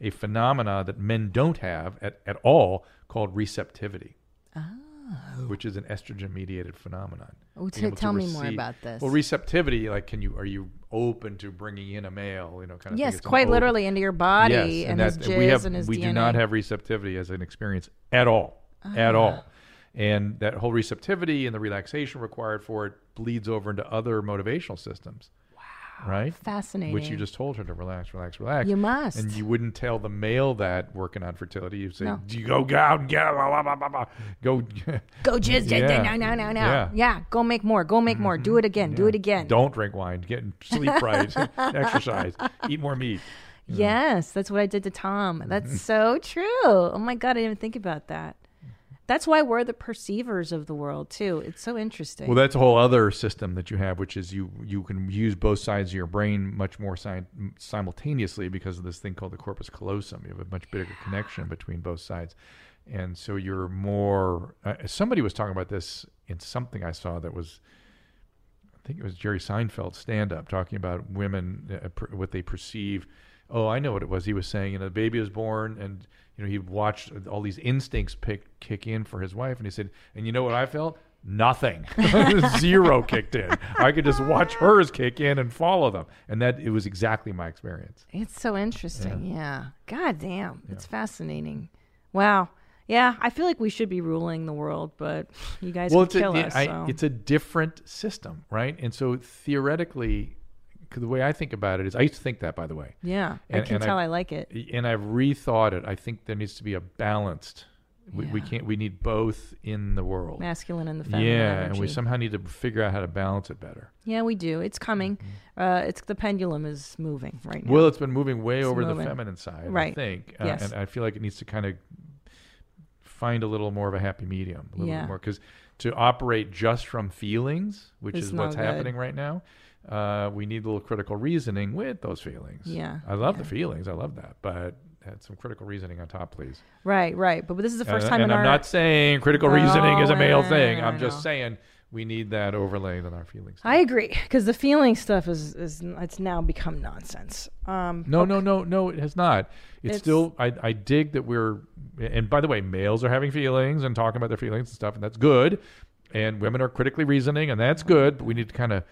a phenomena that men don't have at, at all called receptivity Ah. which is an estrogen mediated phenomenon Oh, Being t- able to tell me more receive- about this. well receptivity like can you are you open to bringing in a male you know kind of thing. Yes, It's an quite open- literally into your body and his we jizz have, and his we do not DNA. have receptivity as an experience at all at Ah. all and that whole receptivity and the relaxation required for it bleeds over into other motivational systems wow right which you Fascinating. just told her to relax relax relax You must. and you wouldn't tell the male that working on fertility you say No. do you go go out and get it, blah, blah, blah, blah, blah. go go jizz. jizz, Yeah. Mm-hmm. jizz, No, no, no, no. Yeah. Yeah. Go make more. Go make more. Do it again. Do it again. don't drink wine get sleep right exercise eat more meat Yes, that's what I did to Tom. Mm-hmm. That's so true. Oh my god, I didn't even think about that. Mm-hmm. That's why we're the perceivers of the world too. It's so interesting. Well, that's a whole other system that you have, which is you you can use both sides of your brain much more si- simultaneously because of this thing called the corpus callosum. You have a much bigger connection between both sides, and so you're more. Uh, somebody was talking about this in something I saw that was. I think it was Jerry Seinfeld stand up talking about women, uh, per, what they perceive. Oh, I know what it was. He was saying, you know, the baby was born and, you know, he watched uh, all these instincts pick, kick in for his wife. And he said, and you know what I felt? Nothing. Zero kicked in. I could just watch hers kick in and follow them. And that, it was exactly my experience. It's so interesting. Yeah. God damn. It's fascinating. Wow. Yeah, I feel like we should be ruling the world, but you guys well, will it's a, kill yeah, us. I- so. it's a different system, right? And so theoretically, 'cause the way I think about it is, I used to think that, by the way. Yeah, I can tell I like it. And I've rethought it. I think there needs to be a balanced. We, we can't. We need both in the world, Masculine and the feminine Yeah, and we energy. somehow need to figure out how to balance it better. yeah, we do. It's coming. Uh, it's the pendulum is moving right now. Mm-hmm. Well, it's been moving way It's over moving. the feminine side, right? I think. Uh, Yes. And I feel like it needs to kind of find a little more of a happy medium, a little Yeah. bit more. Because to operate just from feelings, which It's is what's no good. happening right now, uh, we need a little critical reasoning with those feelings. Yeah, I love yeah. the feelings. I love that. But add some critical reasoning on top, please. Right, right. But this is the first and, time Uh, and in I'm our- not saying critical No, reasoning is a male no, no, thing. no, I'm no, just no. saying we need that overlaid on our feelings. I agree because the feeling stuff is is it's now become nonsense. Um, No, no, no, no. It has not. It's, It's- still. I, I dig that we're. And by the way, males are having feelings and talking about their feelings and stuff, and that's good. And women are critically reasoning, and Mm-hmm. that's good. But we need to kind of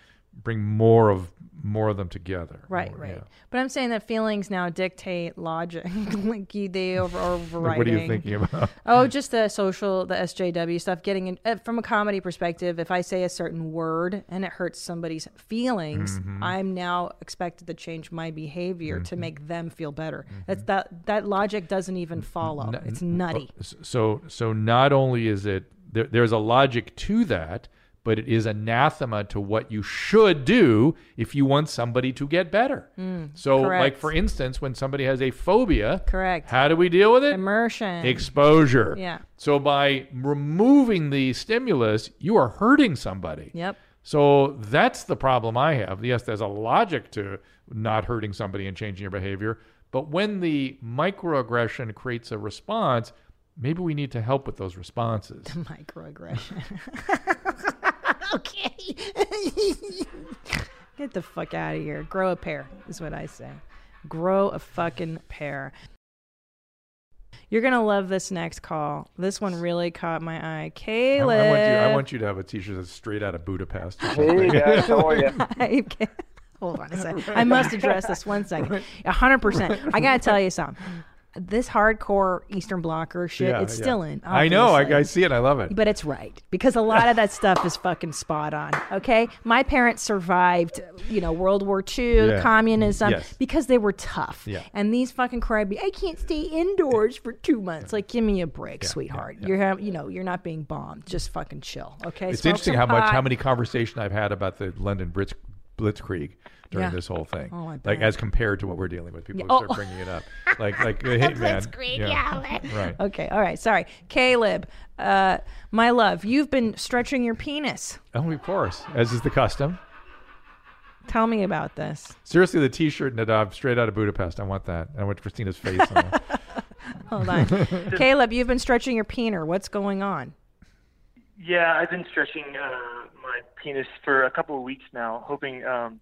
bring more of more of them together. Right, More- right. yeah. But I'm saying that feelings now dictate logic. like you- they over overriding. Like, what are you thinking about? Oh, just the social, the SJW stuff. Getting in, uh, from a comedy perspective, if I say a certain word and it hurts somebody's feelings, Mm-hmm. Mhm. I'm now expected to change my behavior to make them feel better. That's Mm-hmm. that that logic doesn't even follow. it's nutty. oh, So so not only is it there, there's a logic to that, but it is anathema to what you should do if you want somebody to get better. Mm, oh. so like correct. for instance, when somebody has a phobia, Correct. How do we deal with it? Immersion. Exposure. Yeah. So by removing the stimulus, you are hurting somebody. Yep. So that's the problem I have. Yes, there's a logic to not hurting somebody and changing your behavior, but when the microaggression creates a response, maybe we need to help with those responses. Microaggression. okay. Get the fuck out of here. Grow a pair is what I say. Grow a fucking pair. You're gonna love this next call. This one really caught my eye. I, I Caleb. want you, I want you to have a T-shirt that's straight out of Budapest. or something. oh, Hi, Ca- Hold on a second. I must address this one second. A hundred percent. I gotta tell you something. This hardcore Eastern blocker shit, Yeah, it's yeah. still in. I know. obviously. I, I see it. I love it. But it's right because a lot of that stuff is fucking spot on. Okay, my parents survived, you know, World War II, Yeah. communism, Yes. because they were tough. Yeah. And these fucking crybabies, I can't stay indoors for two months. Like, give me a break, sweetheart. You're, ha- you know, you're not being bombed. Just fucking chill. Okay. it's Smoke interesting some how much pot. how many conversation I've had about the London Blitz, Blitzkrieg during Yeah. this whole thing. Oh, I Like bet. as compared to what we're dealing with, people Yeah. who start Oh. bringing it up. Like like the hitman. Blitzkrieg, Right. Okay. All right. Sorry, Caleb. Uh, my love, you've been stretching your penis. Oh, of course, as is the custom. Tell me about this. Seriously, the T-shirt Nadav straight out of Budapest. I want that. I want Christina's face on it. Hold on, Caleb. You've been stretching your peener. What's going on? Yeah, I've been stretching uh, my penis for a couple of weeks now, hoping um,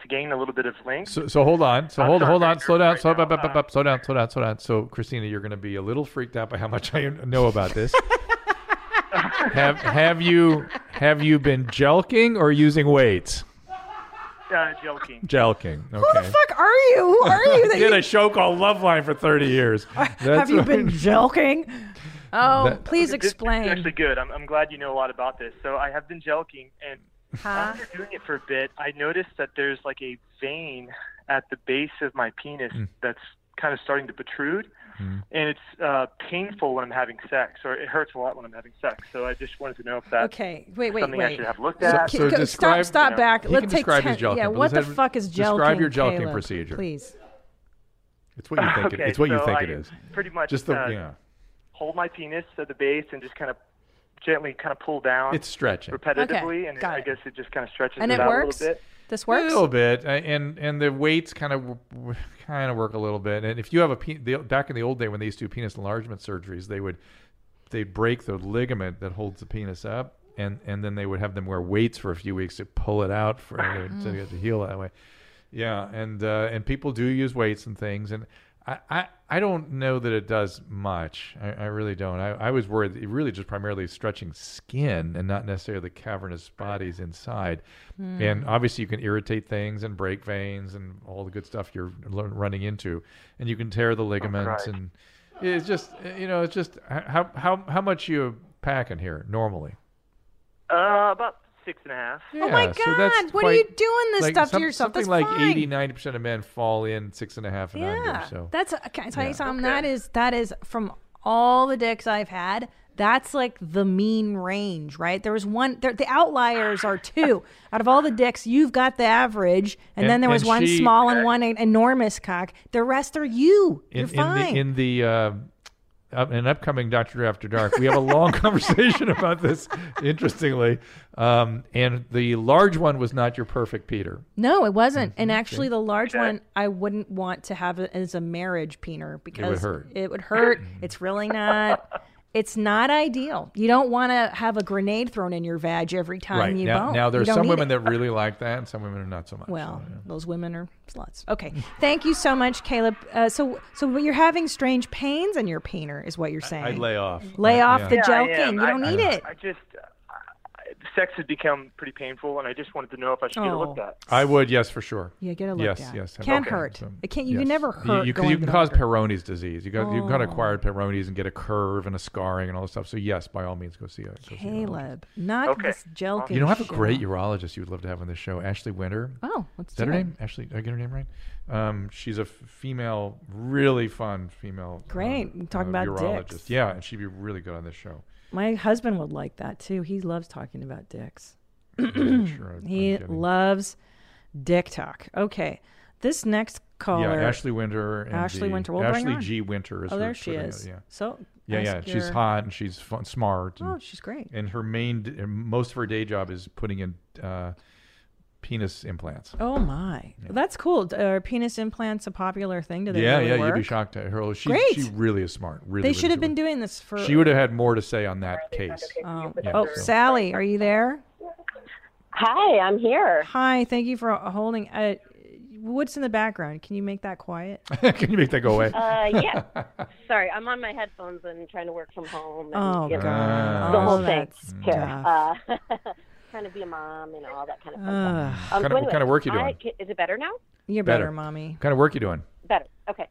to gain a little bit of length. So, so hold on. So I'm hold sorry, hold on. Andrew, Slow down. right Slow now. up, up, up, up. Slow down. Slow down. Slow down. So Christina, you're going to be a little freaked out by how much I know about this. have have you have you been jelking or using weights? Uh, joking. Jelking. Okay. Who the fuck are you? Who are you? I That did you a show called Love Line for 30 years. have That's you what- been jelking? Oh, That- please This- this is explain. actually good. I'm, I'm glad you know a lot about this. So I have been jelking, and after doing it for a bit, I noticed that there's like a vein at the base of my penis Mm. that's kind of starting to protrude, and it's uh, painful when I'm having sex, or it hurts a lot when I'm having sex. So I just wanted to know if that Okay, wait, wait, something I wait. should have looked So- at. so Go- describe- stop you know. back. He Let's can take describe his 10 jelking. yeah, but what let's the have- fuck is Describe your jelking, jelking Caleb, procedure. please. It's what you think it Okay, is. It's what you so think I it is. Pretty much. Just the uh, yeah. Hold my penis at the base and just kind of gently kind of pull down. It's stretching. repetitively, and it, I guess it just kind of stretches And it, it out works? a little bit. This A works. little bit, I- and and the weights kind of kind of work a little bit. And if you have a pe- the, back in the old day when they used to do penis enlargement surgeries, they would they would break the ligament that holds the penis up, and and then they would have them wear weights for a few weeks to pull it out for Ah. to get to heal that way. Yeah, and uh, and people do use weights and things, and I, I, I don't know that it does much. I, I really don't. I, I was worried. It really just primarily stretching skin and not necessarily the cavernous bodies inside. Hmm. And obviously, you can irritate things and break veins and all the good stuff you're learn, running into, and you can tear the ligaments Oh, Christ. and It's just you know, it's just how how how much you packing here normally? Uh, about six and a half. oh my Yeah, God! so that's what are you quite- doing this like stuff some- to yourself? Something That's like fine. eighty, ninety percent of men fall in six and a half and Yeah, under. So that's a, can I tell Yeah. you something? That is that is from all the dicks I've had. That's like the mean range, right? There was one. There, the outliers are two out of all the dicks. You've got the average, and, And- then there was and one she- small and one en- enormous cock. The rest are you. in, You're in fine. the in the uh, up, an upcoming Doctor After Dark, we have a long conversation about this. Interestingly, um, and the large one was not your perfect Peter. no, it wasn't. And actually, see? the large one I wouldn't want to have it as a marriage peener because hurt. Mm-hmm. It would hurt. it's really not. It's not ideal. You don't want to have a grenade thrown in your vag every time right you now, bone. now there You are don't some need women it. Uh, that really like that, and some women are not so much. Well, those women are sluts. Okay, thank you so much, Caleb. Uh, so, so you're having strange pains in your peener, is what you're saying? I'd lay off. Lay Uh, off yeah. the Yeah, I jelking. am. You I- don't need I- it. I just I- I- sex has become pretty painful, and I just wanted to know if I should get it Oh. looked at. I would, yes, for sure. Yeah, get it looked yes, at. Yes, have Can that. hurt. So, It can't- you can never hurt You, you, can- going you to can the cause Peyronie's disease. You got you got Oh. acquired Peyronie's and get a curve and a scarring and all this stuff. So yes, by all means, go see a. Go see a Caleb, not Okay. this jelking. you know, I have a shit. great urologist you would love to have on this show, Ashley Winter. Oh, let's is that do her it. name? Ashley, did I get her name right? Um, she's a f- female, really fun female. Great. um, Talking uh, about urologist. dicks. Yeah, and she'd be really good on this show. My husband would like that too. He loves talking about dicks. sure I'm he kidding. loves dick talk. Okay, this next caller. Yeah, Ashley Winter. And Ashley the- Winter. We'll Ashley bring her on. G. Winter is Oh, her there she Twitter is. handle, yeah. So yeah, yeah, ask she's your- hot and she's fun, smart. and- Oh, she's great. And her main, d- and most of her day job is putting in uh, penis implants. Oh my, that's cool. D- Are penis implants a popular thing? Do they yeah, really yeah, work? you'd be shocked at her. oh, She, Great. she really is smart. Really, they really should have smart. been doing this for. She would have had more to say on that case. Oh, Yeah, oh, so- Sally, are you there? Hi, I'm here. Hi, thank you for uh, holding. Uh, what's in the background? Can you make that quiet? Can you make that go away? Uh, yeah. Sorry, I'm on my headphones and trying to work from home. And, Oh, you know, God. The Oh, whole thing. that's Here. tough. Uh, trying to be a mom and all that kind of Ugh. stuff. Um, Kinda- so what anyway, kinda work you I- doing? ca- is it better now? You're better, mommy. What kind of work you doing? Better. Okay.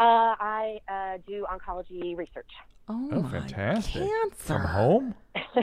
Uh, I uh, do oncology research. Oh, Oh, fantastic. From home?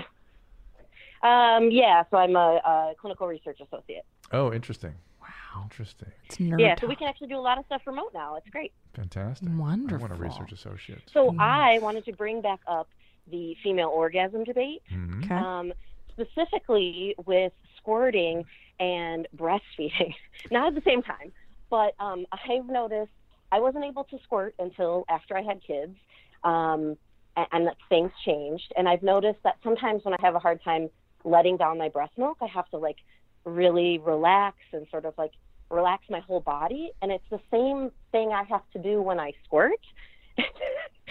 Um, yeah, so I'm a, a clinical research associate. Oh, interesting. Wow. Interesting. It's yeah, so we can actually do a lot of stuff remote now. It's great. Fantastic. I want Wonderful. a research associate. So I wanted to bring back up the female orgasm debate, Mhm. Okay. um, specifically with squirting and breastfeeding. Not at the same time, but um, I've noticed I wasn't able to squirt until after I had kids, um, and, and that things changed. And I've noticed that sometimes when I have a hard time letting down my breast milk, I have to like really relax and sort of like relax my whole body. And it's the same thing I have to do when I squirt.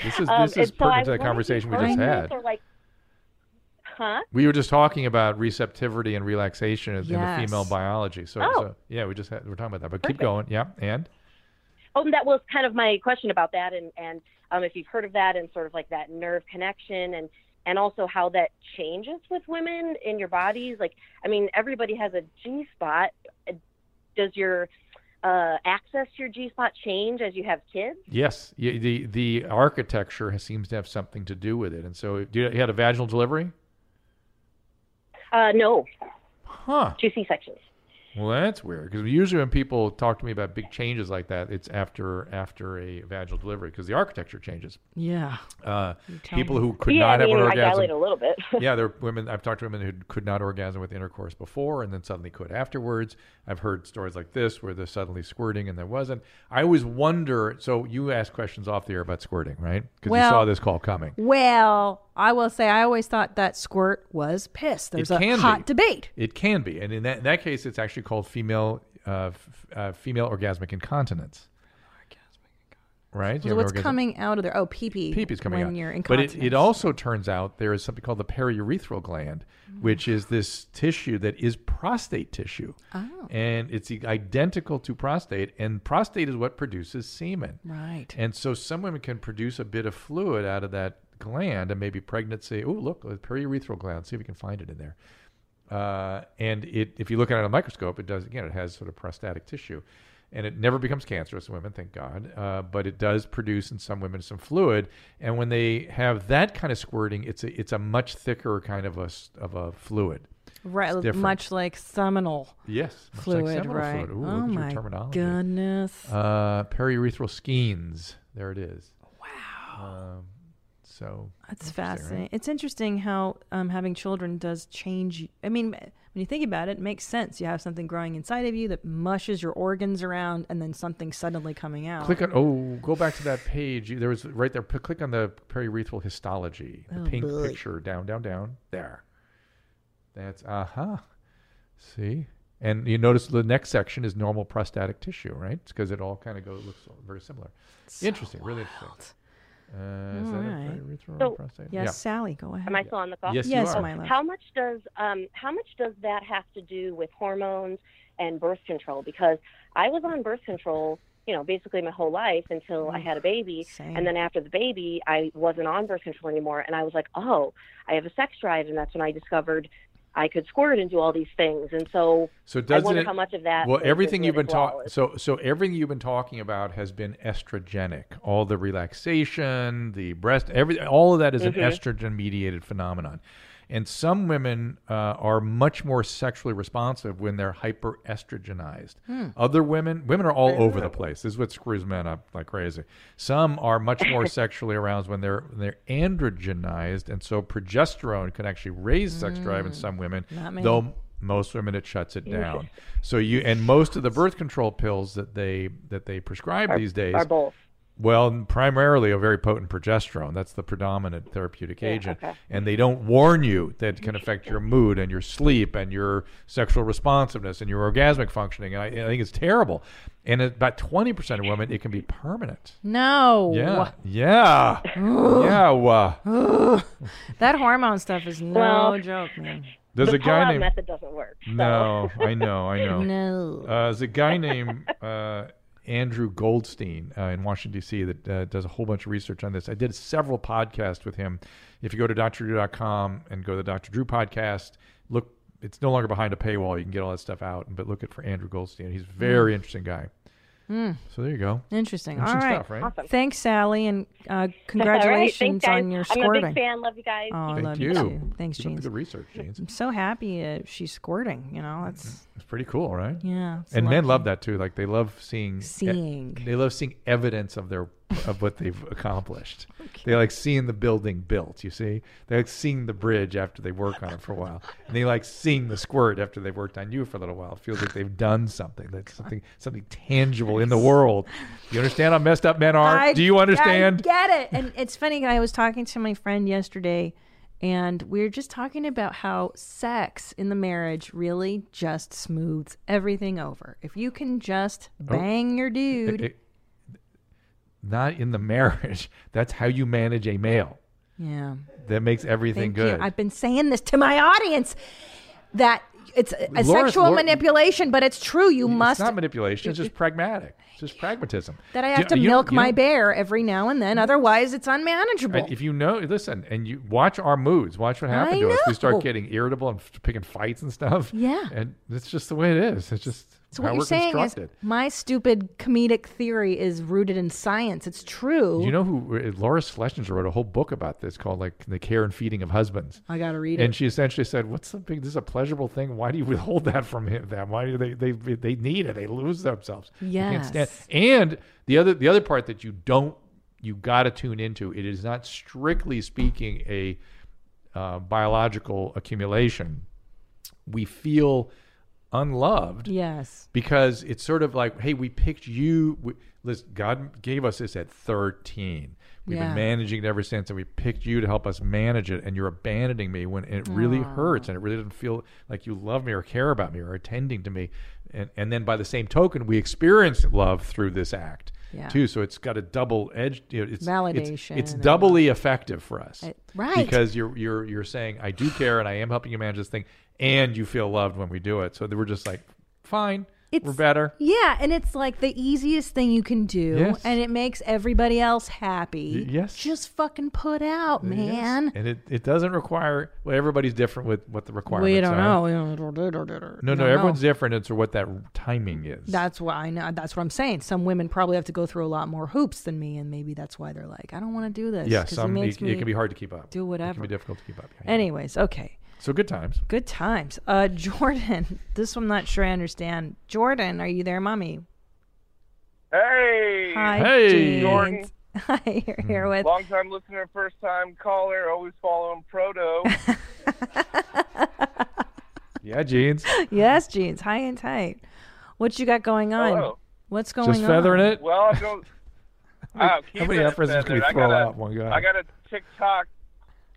This is Um, this is and so I pertinent to the wanted conversation we learn just this had. or, like, huh? We were just talking about receptivity and relaxation in the female Yes. biology. So, Oh. so yeah, we just had, we're talking about that. But keep going. Yeah, and Oh, and that was kind of my question about that, and and um, if you've heard of that, and sort of like that nerve connection, and and also how that changes with women in your bodies. Like, I mean, everybody has a G spot. Does your uh, access to your G spot change as you have kids? yes, y- the the architecture has, seems to have something to do with it. And so, do you, you had a vaginal delivery? Uh, no. Huh. Two C sections. Well, that's weird because usually when people talk to me about big changes like that, it's after after a vaginal delivery because the architecture changes. Yeah. Uh, tell people me. who could yeah, not I mean, have an I dilate orgasm. a little bit. yeah, there are women. I've talked to women who could not orgasm with intercourse before, and then suddenly could afterwards. I've heard stories like this where they're suddenly squirting and there wasn't. I always wonder. So you asked questions off the air about squirting, right? Because you Well- saw this call coming. Well, I will say I always thought that squirt was piss. There's It a can be. hot debate. It can be, and in that, in that case, it's actually called female uh, f- uh, female orgasmic incontinence. Orgasmic incontinence. Right? You have an what's orgasm- coming out of there? Oh, pee pee. Peepee's coming when out. you're but incontinent. it, it also turns out there is something called the periurethral gland, Mm. which is this tissue that is prostate tissue. Oh. And it's i- identical to prostate, and prostate is what produces semen. Right. And so some women can produce a bit of fluid out of that gland, and maybe pregnancy. Oh, look, the periurethral gland. See if we can find it in there. Uh, and it, if you look at it on a microscope, it does again. It has sort of prostatic tissue, and it never becomes cancerous in women, thank God. Uh, but it does produce in some women some fluid, and when they have that kind of squirting, it's a it's a much thicker kind of a s- of a fluid. It's Right, different. much like seminal. Yes, much like fluid. seminal right. fluid. Ooh, oh look at your my terminology. goodness. Uh, periurethral skeins. There it is. Wow. Um, so That's interesting, right? fascinating. It's interesting how um, having children does change. I mean, when you think about it, it makes sense. You have something growing inside of you that mushes your organs around, and then something suddenly coming out. Click on oh, go back to that page. You- There was right there. p- Click on the periurethral histology, the Oh, pink boy. picture down, down, down. There. That's uh huh. See, and you notice the next section is normal prostatic tissue, right? Because it all kind of goes looks very similar. interesting, really interesting. Uh, is that All right. a periurethral So- prostate? Yes, Yeah. Sally, go ahead. Am I still on the call? Yes, you Yes, are. my love. How much does um, how much does that have to do with hormones and birth control? Because I was on birth control, you know, basically my whole life until I had a baby, and then after the baby, I wasn't on birth control anymore, and I was like, oh, I have a sex drive, and that's when I discovered I could squirt and do all these things, and so So I doesn't wonder it- how much of that. Well, was everything you've been genetic talking. laws. So, so everything you've been talking about has been estrogenic. All the relaxation, the breast, every all of that is Mhm. Mm-hmm. an estrogen-mediated phenomenon. And some women uh, are much more sexually responsive when they're hyperestrogenized. Hmm. Other women, women are all over the place. This is what screws men up like crazy. Some are much more sexually aroused when they're they're androgenized, and so progesterone can actually raise sex drive Hmm. in Mm. some women, Not me. though most women it shuts it Interesting. down. So you and most of the birth control pills that they that they prescribe Are- these days are both. Well, primarily a very potent progesterone. That's the predominant therapeutic Yeah, agent, okay. and they don't warn you that it can affect your mood and your sleep and your sexual responsiveness and your orgasmic functioning. And I, I think it's terrible. And at about twenty percent of women, it can be permanent. No. Yeah, yeah, yeah. uh, That hormone stuff is no Well, joke, man. There's the a guy pull-out named method doesn't work. so- No, I know, I know. No. Uh, there's a guy named uh, Andrew Goldstein uh, in Washington D.C. that uh, does a whole bunch of research on this. I did several podcasts with him. If you go to drdrew.com and go to the Dr. Drew podcast, look. It's no longer behind a paywall. You can get all that stuff out, but look it for Andrew Goldstein. He's a very interesting guy. Mm. So there you go. Interesting. Interesting All right. stuff, right? Awesome. Thanks, Sally, and uh, All right, thanks, congratulations guys. on your I'm squirting. a big fan. Love you guys. Oh, I Thank love you. you. too. Thanks, Keep up the Jeans. good research, Jeans. I'm so happy uh, she's squirting. You know, that's It's pretty cool, right? Yeah, it's And men lovely. love that too. Like they love seeing e-, Seeing. they love seeing evidence of their of what they've accomplished. They like seeing the building built, you see? They like seeing the bridge after they work on it for a while. And they like seeing the squirt after they've worked on you for a little while. It feels like they've done something. That's something something tangible in the world. You understand how messed up men Mm-hmm. are? I- Do you I understand? get it. And it's funny. I was talking to my friend yesterday, and we were just talking about how sex in the marriage really just smooths everything over. If you can just Oh. bang your dude, Eh, eh, not in the marriage. That's how you manage a male. yeah. That makes everything Thank you. good. I've been saying this to my audience that it's a, a Lawrence, sexual Law- manipulation, but it's true. You must It's not manipulation. It's just pragmatic. It's just pragmatism. that I Do- have to you know- milk you my know- bear every now and then, otherwise it's unmanageable. Right, If you know, listen, and you watch our moods, watch what happened I to us. We know. start getting irritable and f- picking fights and stuff. Yeah. and it's just the way it is. It's just so how what you're we're saying is constructed. my stupid comedic theory is rooted in science. It's true. you know who uh, Laura Schlesinger wrote a whole book about this called like the care and feeding of husbands. I gotta read And it. she essentially said, "What's the big? This is a pleasurable thing. Why do you withhold that from him? That why do they they they need it? They lose themselves. They can't stand- Yes. And the other the other part that you don't you got to tune into. It is not strictly speaking a uh, biological accumulation. We feel unloved. Yes. Because it's sort of like, hey, we picked you. We, listen, God gave us this at 13. We've Yeah. been managing it ever since, and we picked you to help us manage it, and you're abandoning me when it really Aw. hurts, and it really doesn't feel like you love me or care about me or attending to me. And, and then by the same token, we experience love through this act, Yeah. too. So it's got a double edge. You know, it's, Validation It's, it's and- doubly effective for us. It- right. Because you're, you're, you're saying, I do care, and I am helping you manage this thing, and you feel loved when we do it. So they were just like, fine. It's, We're better. Yeah, and it's like the easiest thing you can do, Yes. and it makes everybody else happy. Y- yes. Just fucking put out, man. And it, it doesn't require, well, everybody's different with what the requirements We don't are. know. We don't- we don't No, no, know. everyone's different. It's what that timing is. That's why I know. That's what I'm saying. Some women probably have to go through a lot more hoops than me, and maybe that's why they're like, I don't want to do this. Yeah, 'cause some- it, makes it- it me can be hard to keep up. It Do can be whatever. difficult to keep up, yeah, Anyways, okay. So good times. Good times. Uh, Jordan, this I'm not sure I understand. Jordan, are you there, mommy? Hey. Hi, James. Jordan. Hi, Hmm. you're here with. Long time listener, first time caller, always following Proto. Yeah, jeans. yes, jeans, high and tight. What you got going on? Hello. What's going on? Well, I don't. How Oh, keep many it aphorisms can we feathered. I throw got a- out? One guy. I got a TikTok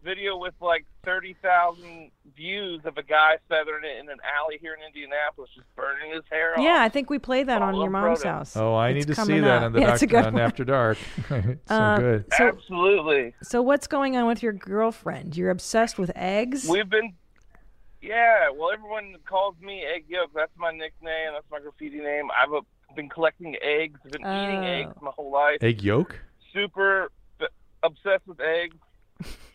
video with like 30,000 views of a guy feathering it in an alley here in Indianapolis, just burning his hair off. Yeah, I think we played that on your mom's house. Oh, I It's need to see coming that up. on the yeah, it's a doctor good on one. After Dark. It's so Um, good. so- Absolutely. So what's going on with your girlfriend? You're obsessed with eggs. We've been, yeah. Well, everyone calls me Egg Yolk. That's my nickname. That's my graffiti name. I've uh been collecting eggs. I've been eating Oh. eggs my whole life. Egg yolk? Super b- obsessed with eggs.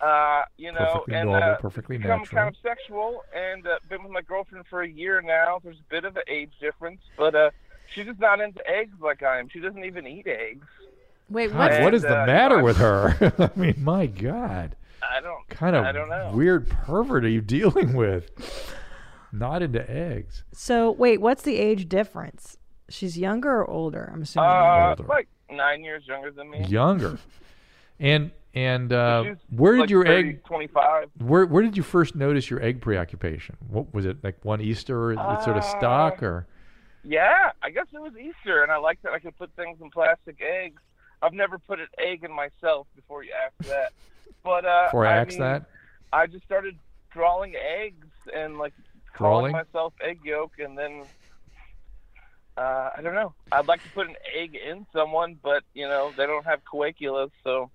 Uh, you know, Perfectly and normal, uh, perfectly become natural. kind of sexual, and uh, been with my girlfriend for a year now. There's a bit of an age difference, but uh, she's just not into eggs like I am. She doesn't even eat eggs. Wait, God, what? what is And, the uh, matter with her? I mean, my God. I don't. Kind I don't know. of weird pervert are you dealing with? Not into eggs. So wait, what's the age difference? She's younger or older? I'm assuming. Uh, older. like nine years younger than me. Younger. And and uh, She's where did like your 30, egg? 25. Where where did you first notice your egg preoccupation? What was it like one Easter? It sort of Uh, stock or Yeah, I guess it was Easter, and I like that I could put things in plastic eggs. I've never put an egg in myself before you asked that, but uh, before I, I asked mean, that? I just started drawing eggs and like Drawing? calling myself egg yolk, and then uh, I don't know. I'd like to put an egg in someone, but you know they don't have coagulas, so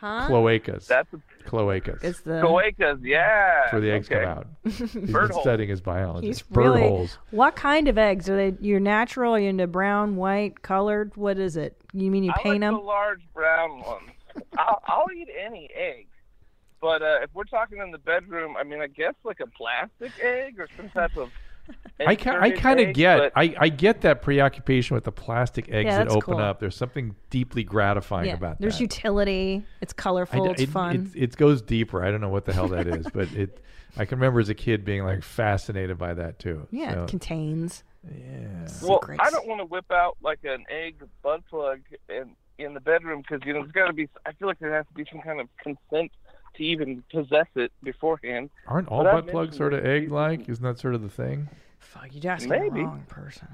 Huh? Cloacas. That's cloacas. It's coagulas, yeah. where the eggs okay. come out. He's Bird been holes. studying his biology. He's Bird really. holes. What kind of eggs are they? You're natural. Are you into brown, white, colored? What is it? You mean you I paint like them? The large brown ones. I'll, I'll eat any egg, but uh, if we're talking in the bedroom, I mean, I guess like a plastic egg or some type of. I, ca- I inserted kind of egg, get but I, I get that preoccupation with the plastic eggs Yeah, that that's open cool. up. There's something deeply gratifying yeah. about There's that. utility. It's I colorful. d- it's it, fun. It, it goes deeper. I don't know what the hell that is, but it I can remember as a kid being like fascinated by that too. yeah. So- It contains. Yeah. Well, I don't want to whip out like an egg butt plug in in the bedroom because you know there's got to be. I feel like there has to be some kind of consent to even possess it beforehand. Aren't all But I butt plugs mentioned sort of it. egg like? Isn't that sort of the thing? Fuck, you're asking Maybe. the wrong person.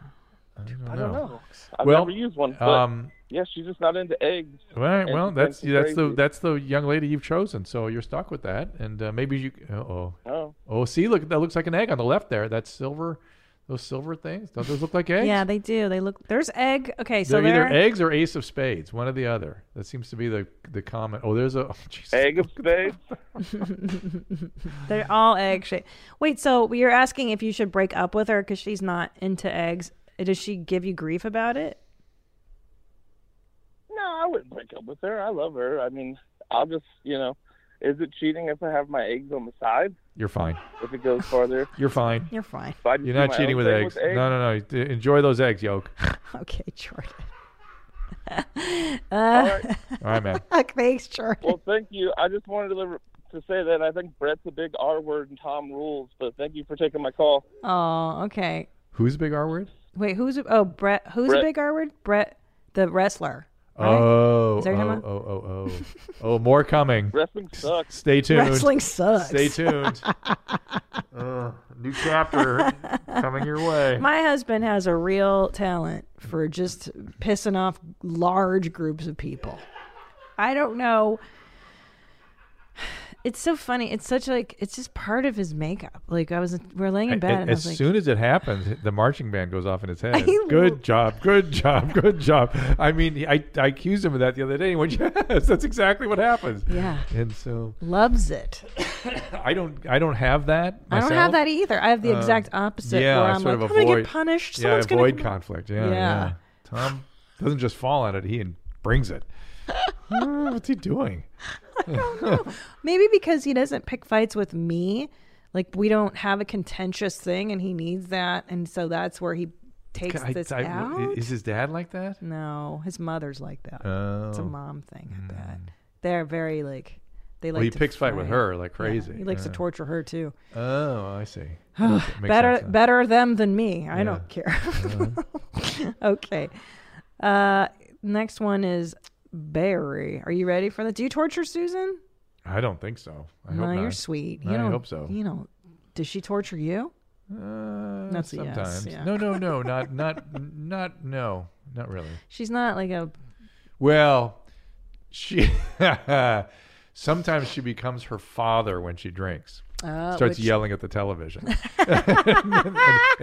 I don't know. I don't know. I've Well, never used one. But um, yeah, she's just not into eggs. All right. And Well, she that's thinks it's that's the crazy. that's the young lady you've chosen. So you're stuck with that, and uh, maybe you. Oh. Oh. Oh, see, look, that looks like an egg on the left there. That's silver. Those silver things. Don't those look like eggs? Yeah, they do. They look. There's egg. Okay, so they're either there. eggs or ace of spades, one or the other. That seems to be the the common. Oh, there's a oh, Jesus. egg of spades. They're all egg shaped. Wait, so you're asking if you should break up with her because she's not into eggs? Does she give you grief about it? No, I wouldn't break up with her. I love her. I mean, I'll just, you know, is it cheating if I have my eggs on the side? You're fine. If it goes farther, You're fine. You're fine. If I just You're do not my cheating own with thing eggs. No, no, no. D- Enjoy those eggs, yolk. Okay, Jordan. All right. All right, man. Thanks, Jordan. Well, thank you. I just wanted to deliver- to say that I think Brett's a big R word and Tom rules, but thank you for taking my call. Oh, okay. Who's big R word? Wait, who's a, oh Brett? Who's Brett. a big R word? Brett, the wrestler. right? Oh, Is that oh, what you're talking oh, about? oh, oh, oh, more coming. Wrestling sucks. Stay tuned. Wrestling sucks. Stay tuned. uh, new chapter coming your way. My husband has a real talent for just pissing off large groups of people. I don't know. It's so funny. It's such like it's just part of his makeup. Like I was, we are laying in bed, A- and I as was like, soon as it happens, the marching band goes off in his head. I Good job, good job, good job. I mean, he- I, I accused him of that the other day. He went, "Yes, that's exactly what happens." Yeah. And so loves it. I don't I don't have that. I don't have myself. that either. I have the Um, exact opposite. Yeah, where I I'm like, sort of I'm avoid gonna get punished. Yeah, I Someone's gonna avoid come-" conflict. Yeah, yeah, Yeah. Tom doesn't just fall on it; he in- brings it. Uh, what's he doing? I don't know. Maybe because he doesn't pick fights with me, like we don't have a contentious thing, and he needs that, and so that's where he takes this out. Is his dad like that? No, his mother's like that. It's a Oh. mom thing. I bet they're very like they like. Well, he to picks fight with her like Yeah, crazy. he likes to Yeah. torture her too. Oh, I see. Ugh, Makes better sense now. better them than me. I Yeah. Uh-huh. don't care. okay. Uh, next one is Barry. Are you ready for that? Do you torture Susan? I don't think so. I no, hope you're not. sweet. You I don't- hope so. You know, does she torture you? Uh, That's a yes, sometimes. yeah. No, no, no, not not not no, not really. She's not like a Well, she sometimes she becomes her father when she drinks. Uh, Starts which- yelling at the television. and,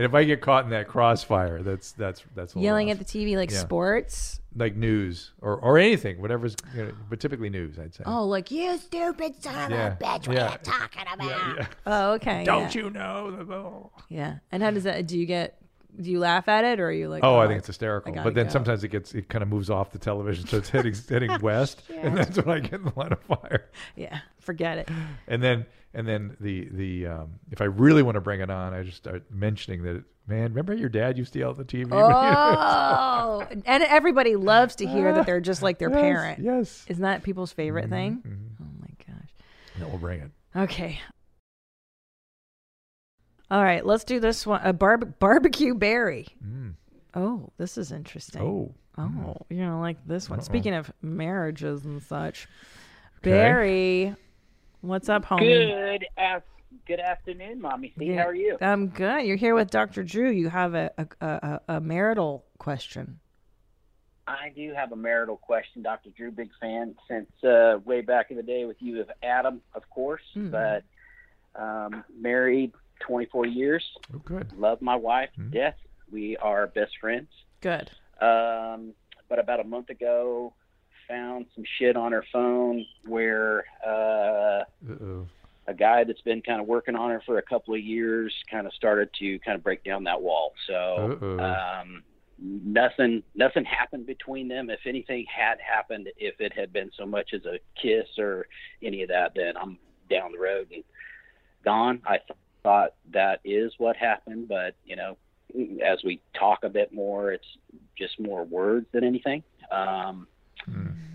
if I get caught in that crossfire, that's that's that's a little yelling rough. at the TV like Yeah. sports. like news or or anything, whatever's, you know, but typically news, I'd say. Oh, like you stupid son Yeah, of a bitch. What yeah. are you talking about? yeah. Oh, okay. Don't yeah. you know? the- the- Yeah. And how does that? Do you get? Do you laugh at it, or are you like? oh, I I- think it's hysterical. I gotta But then go." sometimes it gets it kind of moves off the television, so it's heading heading west, and that's when I get in the line of fire. Yeah. Forget it. And then and then the the um, if I really want to bring it on, I just start mentioning that. Man, remember your dad used to yell at the TV? Oh, and everybody loves to hear that they're just like their Yes, parent. Yes. Mm-hmm. Isn't that people's favorite thing? no, we'll bring it. Okay. All right, let's do this one. A bar- barbecue berry. Oh, this is interesting. Mm. Oh. Oh, you're going to like this one. Uh-oh. Speaking of marriages and such, Okay. Barry, what's up, homie? Good af- good afternoon, mommy. See, Yeah, how are you? I'm good. You're here with Dr. Drew. You have a, a, a, a a marital question. I do have a marital question, Doctor Drew. Big fan since uh, way back in the day with you, of Adam, of course. Mhm. But um, married 24 years. Oh, good. Love my wife Mm-hmm. to death. We are best friends. Good. Um, but about a month ago, found some shit on her phone where. Uh, Uh-oh. a guy that's been kind of working on her for a couple of years kind of started to kind of break down that wall. So Uh-oh. um, nothing nothing happened between them. If anything had happened, if it had been so much as a kiss or any of that, then I'm down the road and gone. I th- thought that is what happened, but you know, as we talk a bit more, it's just more words than anything. Um,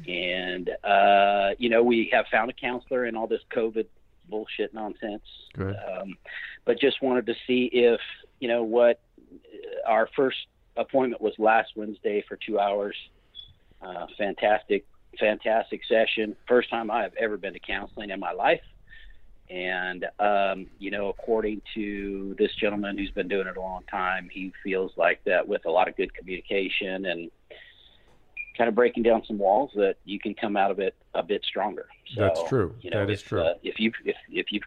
And uh, you know, we have found a counselor and all this COVID bullshit nonsense. Good. uh, Um, but just wanted to see if you know what uh, our first appointment was last Wednesday for two hours. Uh, fantastic, fantastic session. First time I have ever been to counseling in my life. And um, you know, according to this gentleman who's been doing it a long time, he feels like that with a lot of good communication and kind of breaking down some walls that you can come out of it a bit stronger. So, That's true. You know, That is if, true. uh, if you if if you've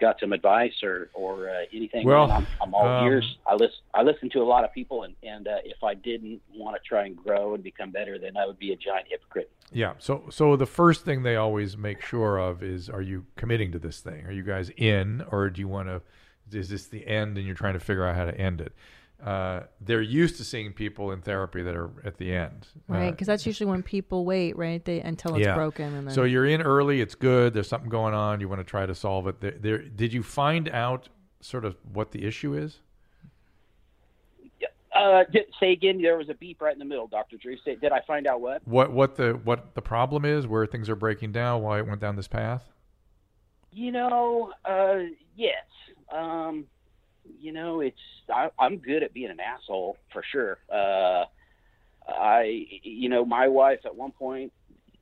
got some advice or or uh, anything, Well, man, I'm, I'm all um, ears. I listen I listen to a lot of people, and and uh, if I didn't want to try and grow and become better, then I would be a giant hypocrite. Yeah. So so the first thing they always make sure of is are you committing to this thing? Are you guys in or do you want to is this the end and you're trying to figure out how to end it? Uh, they're used to seeing people in therapy that are at the end. Uh, Right, because that's usually when people wait, right? They until it's broken, and then so you're in early. It's good. There's something going on. You want to try to solve it. There, there, did you find out sort of what the issue is? Uh, j- say again. There was a beep right in the middle, Doctor Drew. Say, did I find out what? What what the what the problem is? Where things are breaking down? Why it went down this path? You know, uh, yes. Um, you know, it's I, I'm good at being an asshole for sure. Uh, I, you know, my wife at one point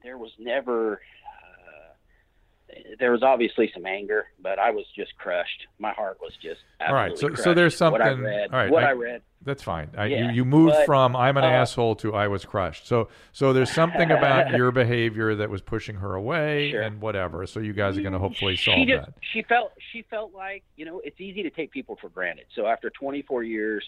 there was never uh, there was obviously some anger, but I was just crushed. My heart was just All right, so absolutely so there's crushed. something. What I read, all right, what I, read. That's fine. I, Yeah, you, you moved but, from I'm an uh, asshole to I was crushed. So so there's something about your behavior that was pushing her away and whatever. So you guys are going to hopefully she solve just that. she felt she felt like you know it's easy to take people for granted. So after 24 years,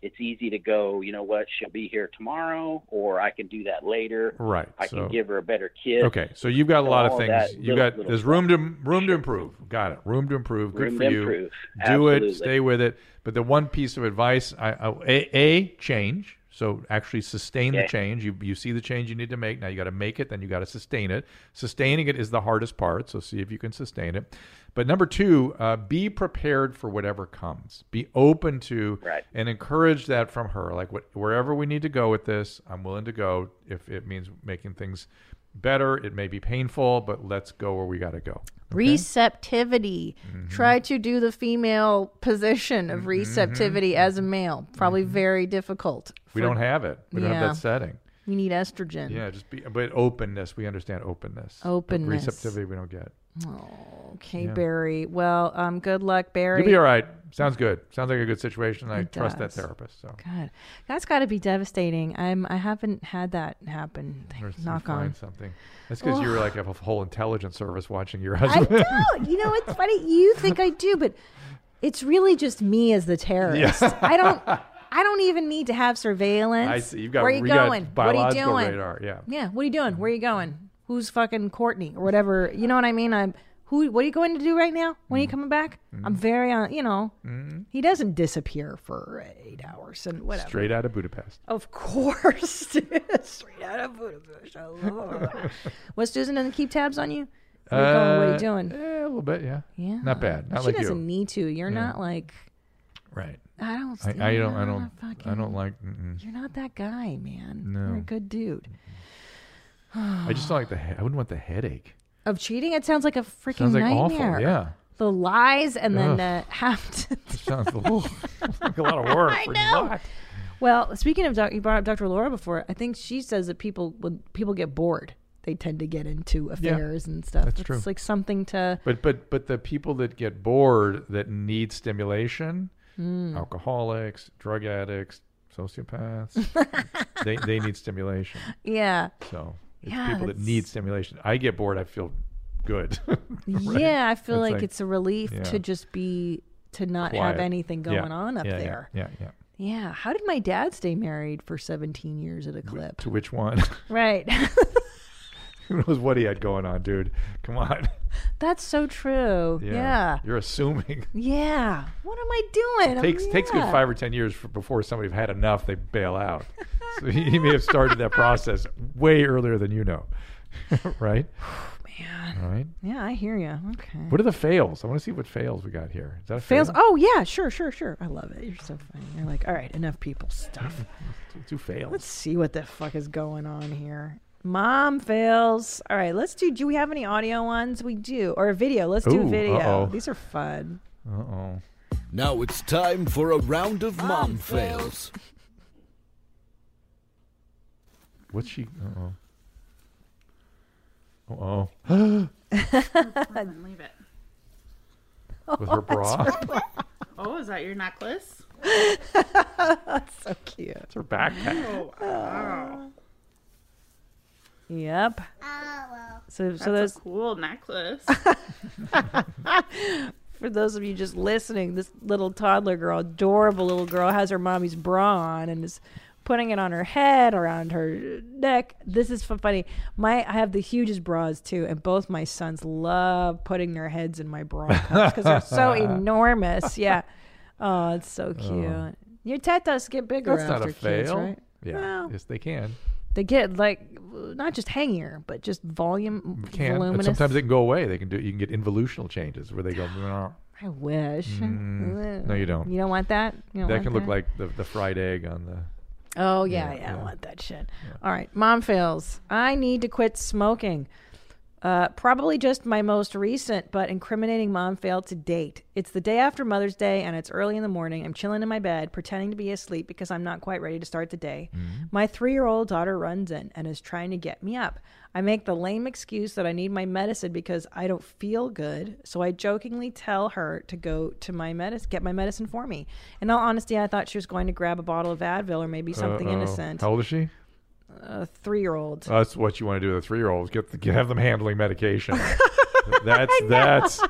it's easy to go. You know what? She'll be here tomorrow, or I can do that later. Right, I so- can give her a better kiss. Okay, so you've got a So lot of all things. that You little- got little there's room to room to improve. Got it. Room to improve. Good Room for to you. improve. Do Absolutely. it. Stay with it. But the one piece of advice, I, I a, a change. So actually sustain Okay. the change. You you see the change you need to make. Now you got to make it. Then you got to sustain it. Sustaining it is the hardest part. So see if you can sustain it. But number two, uh, be prepared for whatever comes. Be open to and encourage that from her. Like what, wherever we need to go with this, I'm willing to go if it means making things better. It may be painful, but let's go where we got to go. Receptivity. Mm-hmm. Try to do the female position of receptivity as a male. Probably very difficult. Mm-hmm. We for- don't have it. We don't have Yeah. that setting. We need estrogen. Yeah, just be but openness. We understand openness. But Openness. receptivity. We don't get. Oh, okay, Yeah. Barry. Well, um, good luck, Barry. You'll be all right. Sounds good. Sounds like a good situation. I It trust that does. therapist. So God, that's got to be devastating. I'm. I haven't had that happen. Or you Knock find on. something. That's because you were like have a whole intelligence service watching your I husband. don't. You know, it's funny. You think I do, but it's really just me as the terrorist. Yeah. I don't. I don't even need to have surveillance. I see. You've got- Where are you we got going? What are you biological doing? radar, yeah. Yeah. What are you doing? Where are you going? Who's fucking Courtney or whatever? You know what I mean? I'm. Who? What are you going to do right now? When are Mm. you coming back? I'm very on. You know. He doesn't disappear for eight hours and whatever. Straight out of Budapest. Of course, dude. straight out of Budapest. I love it. What Susan doesn't keep tabs on you? Where you going? What are Uh, you doing? a little bit, yeah. Yeah. Not bad. Not she like you. doesn't need to. You're Yeah. not like Right. I don't. I, stand- I don't. I I'm don't. not I fucking- don't like. Mm-mm. You're not that guy, man. You're No. a good dude. I just don't like the. he- I wouldn't want the headache. of cheating. It sounds like a freaking Sounds like awful, nightmare. yeah. The lies and then Ugh. uh, have to. It sounds a little- like a lot of work. I for know. what? Well, speaking of doc, you brought up Dr. Laura before. I think she says that people when people get bored, they tend to get into affairs and stuff. that's it's true. like something to. But but but the people that get bored that need stimulation, Mm. alcoholics, drug addicts, sociopaths, they they need stimulation. Yeah. So it's Yeah, people that that's- need stimulation. I get bored. I feel good. Right? Yeah, I feel It's like, it's a relief yeah. to just be to not Quiet. have anything Yeah. going on up Yeah, yeah, there. Yeah, yeah. Yeah. How did my dad stay married for 17 years at a clip? To which one? Right. Who knows what he had going on, dude? Come on. That's so true. Yeah. Oh, yeah. Yeah. You're assuming. What am I doing? I'm- takes takes good yeah. five or ten years for, before somebody's had enough they bail out. so he, he may have started that process way earlier than you know, right? Oh, Man, right? Yeah, I hear you. Okay. What are the fails? I want to see what fails we got here. Is that a Mm. fails? fail? Oh yeah, sure, sure, sure. I love it. You're so funny. You're like, all right, enough people stuff. Two fails. Let's see what the fuck is going on here. Mom fails. All right, let's do. Do we have any audio ones? We do, or a video. Let's do Ooh, a video. uh-oh. These are fun. Uh oh. Now it's time for a round of mom, fails. What's she? Uh oh. Uh oh. leave it. With her bra. Oh, is that your necklace? That's so cute. Uh, It's her backpack. Oh, wow. Yep. So, so Oh, That's those a cool necklace. for those of you just listening, this little toddler girl, adorable little girl, has her mommy's bra on and is putting it on her head, around her neck. This is fu- funny. My I have the hugest bras too, and both my sons love putting their heads in my bra because they're so enormous. Yeah. Oh, it's so Oh. cute. Your tetas get bigger That's after not a kids, fail. right? Yeah. Well, Yes, they can. they get like not just hangier, but just volume, Can. But voluminous. sometimes they can go away. They can do. You can get involutional changes where they go. I wish. Mm. No, you don't. You don't want that. You don't that want can look like the, the fried egg on the. Oh yeah, yeah, Yeah, yeah. I want that shit. All right, mom fails. I need to quit smoking. Uh, probably just my most recent but incriminating mom failed to date. It's the day after Mother's Day and it's early in the morning. I'm chilling in my bed, pretending to be asleep because I'm not quite ready to start the day. Mm-hmm. My three year old daughter runs in and is trying to get me up. I make the lame excuse that I need my medicine because I don't feel good, so I jokingly tell her to go to my medicine, get my medicine for me. In all honesty, I thought she was going to grab a bottle of Advil or maybe something Uh-oh. innocent. How old is she? A three-year-old. Uh, that's what you want to do with a three-year-old. Get, the, get have them handling medication. that's that's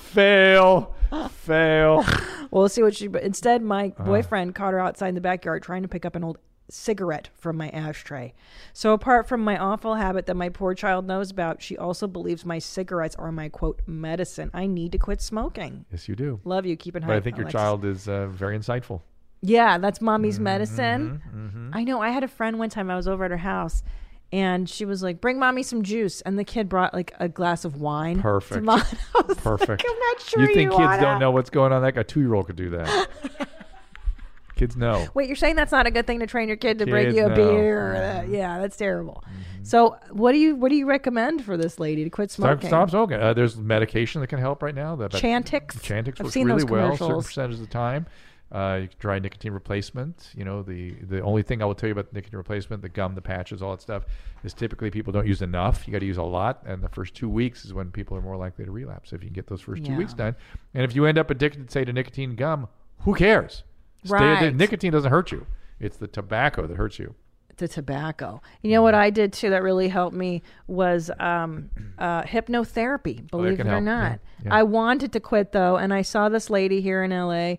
fail, fail. Well, we'll see what she. But instead, my Uh. boyfriend caught her outside in the backyard trying to pick up an old cigarette from my ashtray. So, apart from my awful habit that my poor child knows about, she also believes my cigarettes are my quote medicine. I need to quit smoking. Yes, you do. Love you. Keep it But high, I think your Alexis. child Mm-hmm, is uh, very insightful. Yeah, that's mommy's medicine. mhm. I know. I had a friend one time. I was over at her house, and she was like, "Bring mommy some juice," and the kid brought like a glass of wine. to Perfect. mom. Perfect. I'm not sure you think you kids oughta- don't know what's going on? Like a two-year-old could do that. kids know. Wait, you're saying that's not a good thing to train your kid to bring Kids, you a no. Mm-hmm. beer? Or that? Yeah, that's terrible. So, what do you what do you recommend for this lady to quit Stop, smoking? stop smoking. Uh, there's medication that can help right now. That that- Chantix? Chantix I've works seen really those well. Certain commercials. percentage of the time. Uh, you can try nicotine replacement. You know, the the only thing I will tell you about nicotine replacement, the gum, the patches, all that stuff, is typically people don't use enough. You got to use a lot, and the first two weeks is when people are more likely to relapse. If you can get those first two Yeah. weeks done, and if you end up addicted, say to nicotine gum, who cares? Right. Nicotine doesn't hurt you. It's the tobacco that hurts you. to tobacco. You know what I did too that really helped me was um, uh, hypnotherapy, believe Oh, can it or help. Yeah, not. yeah. I wanted to quit though, and I saw this lady here in LA.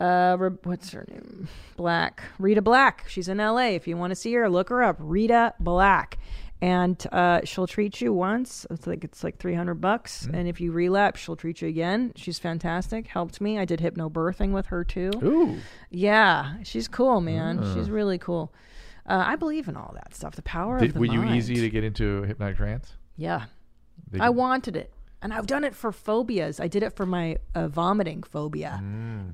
Uh, Re- what's her name? Black. Rita Black. She's in LA. If you want to see her, look her up. Rita Black. And uh, she'll treat you once. It's like it's like three hundred bucks. Hmm. And if you relapse, she'll treat you again. She's fantastic. Helped me. I did hypnobirthing with her too. Ooh. Yeah, she's cool, man. Mm. She's really cool. Uh, I believe in all that stuff. The power of Did, the were you mind. easy to get into hypnotic trance? Yeah, Did I you- wanted it, and I've done it for phobias. I did it for my uh, vomiting phobia.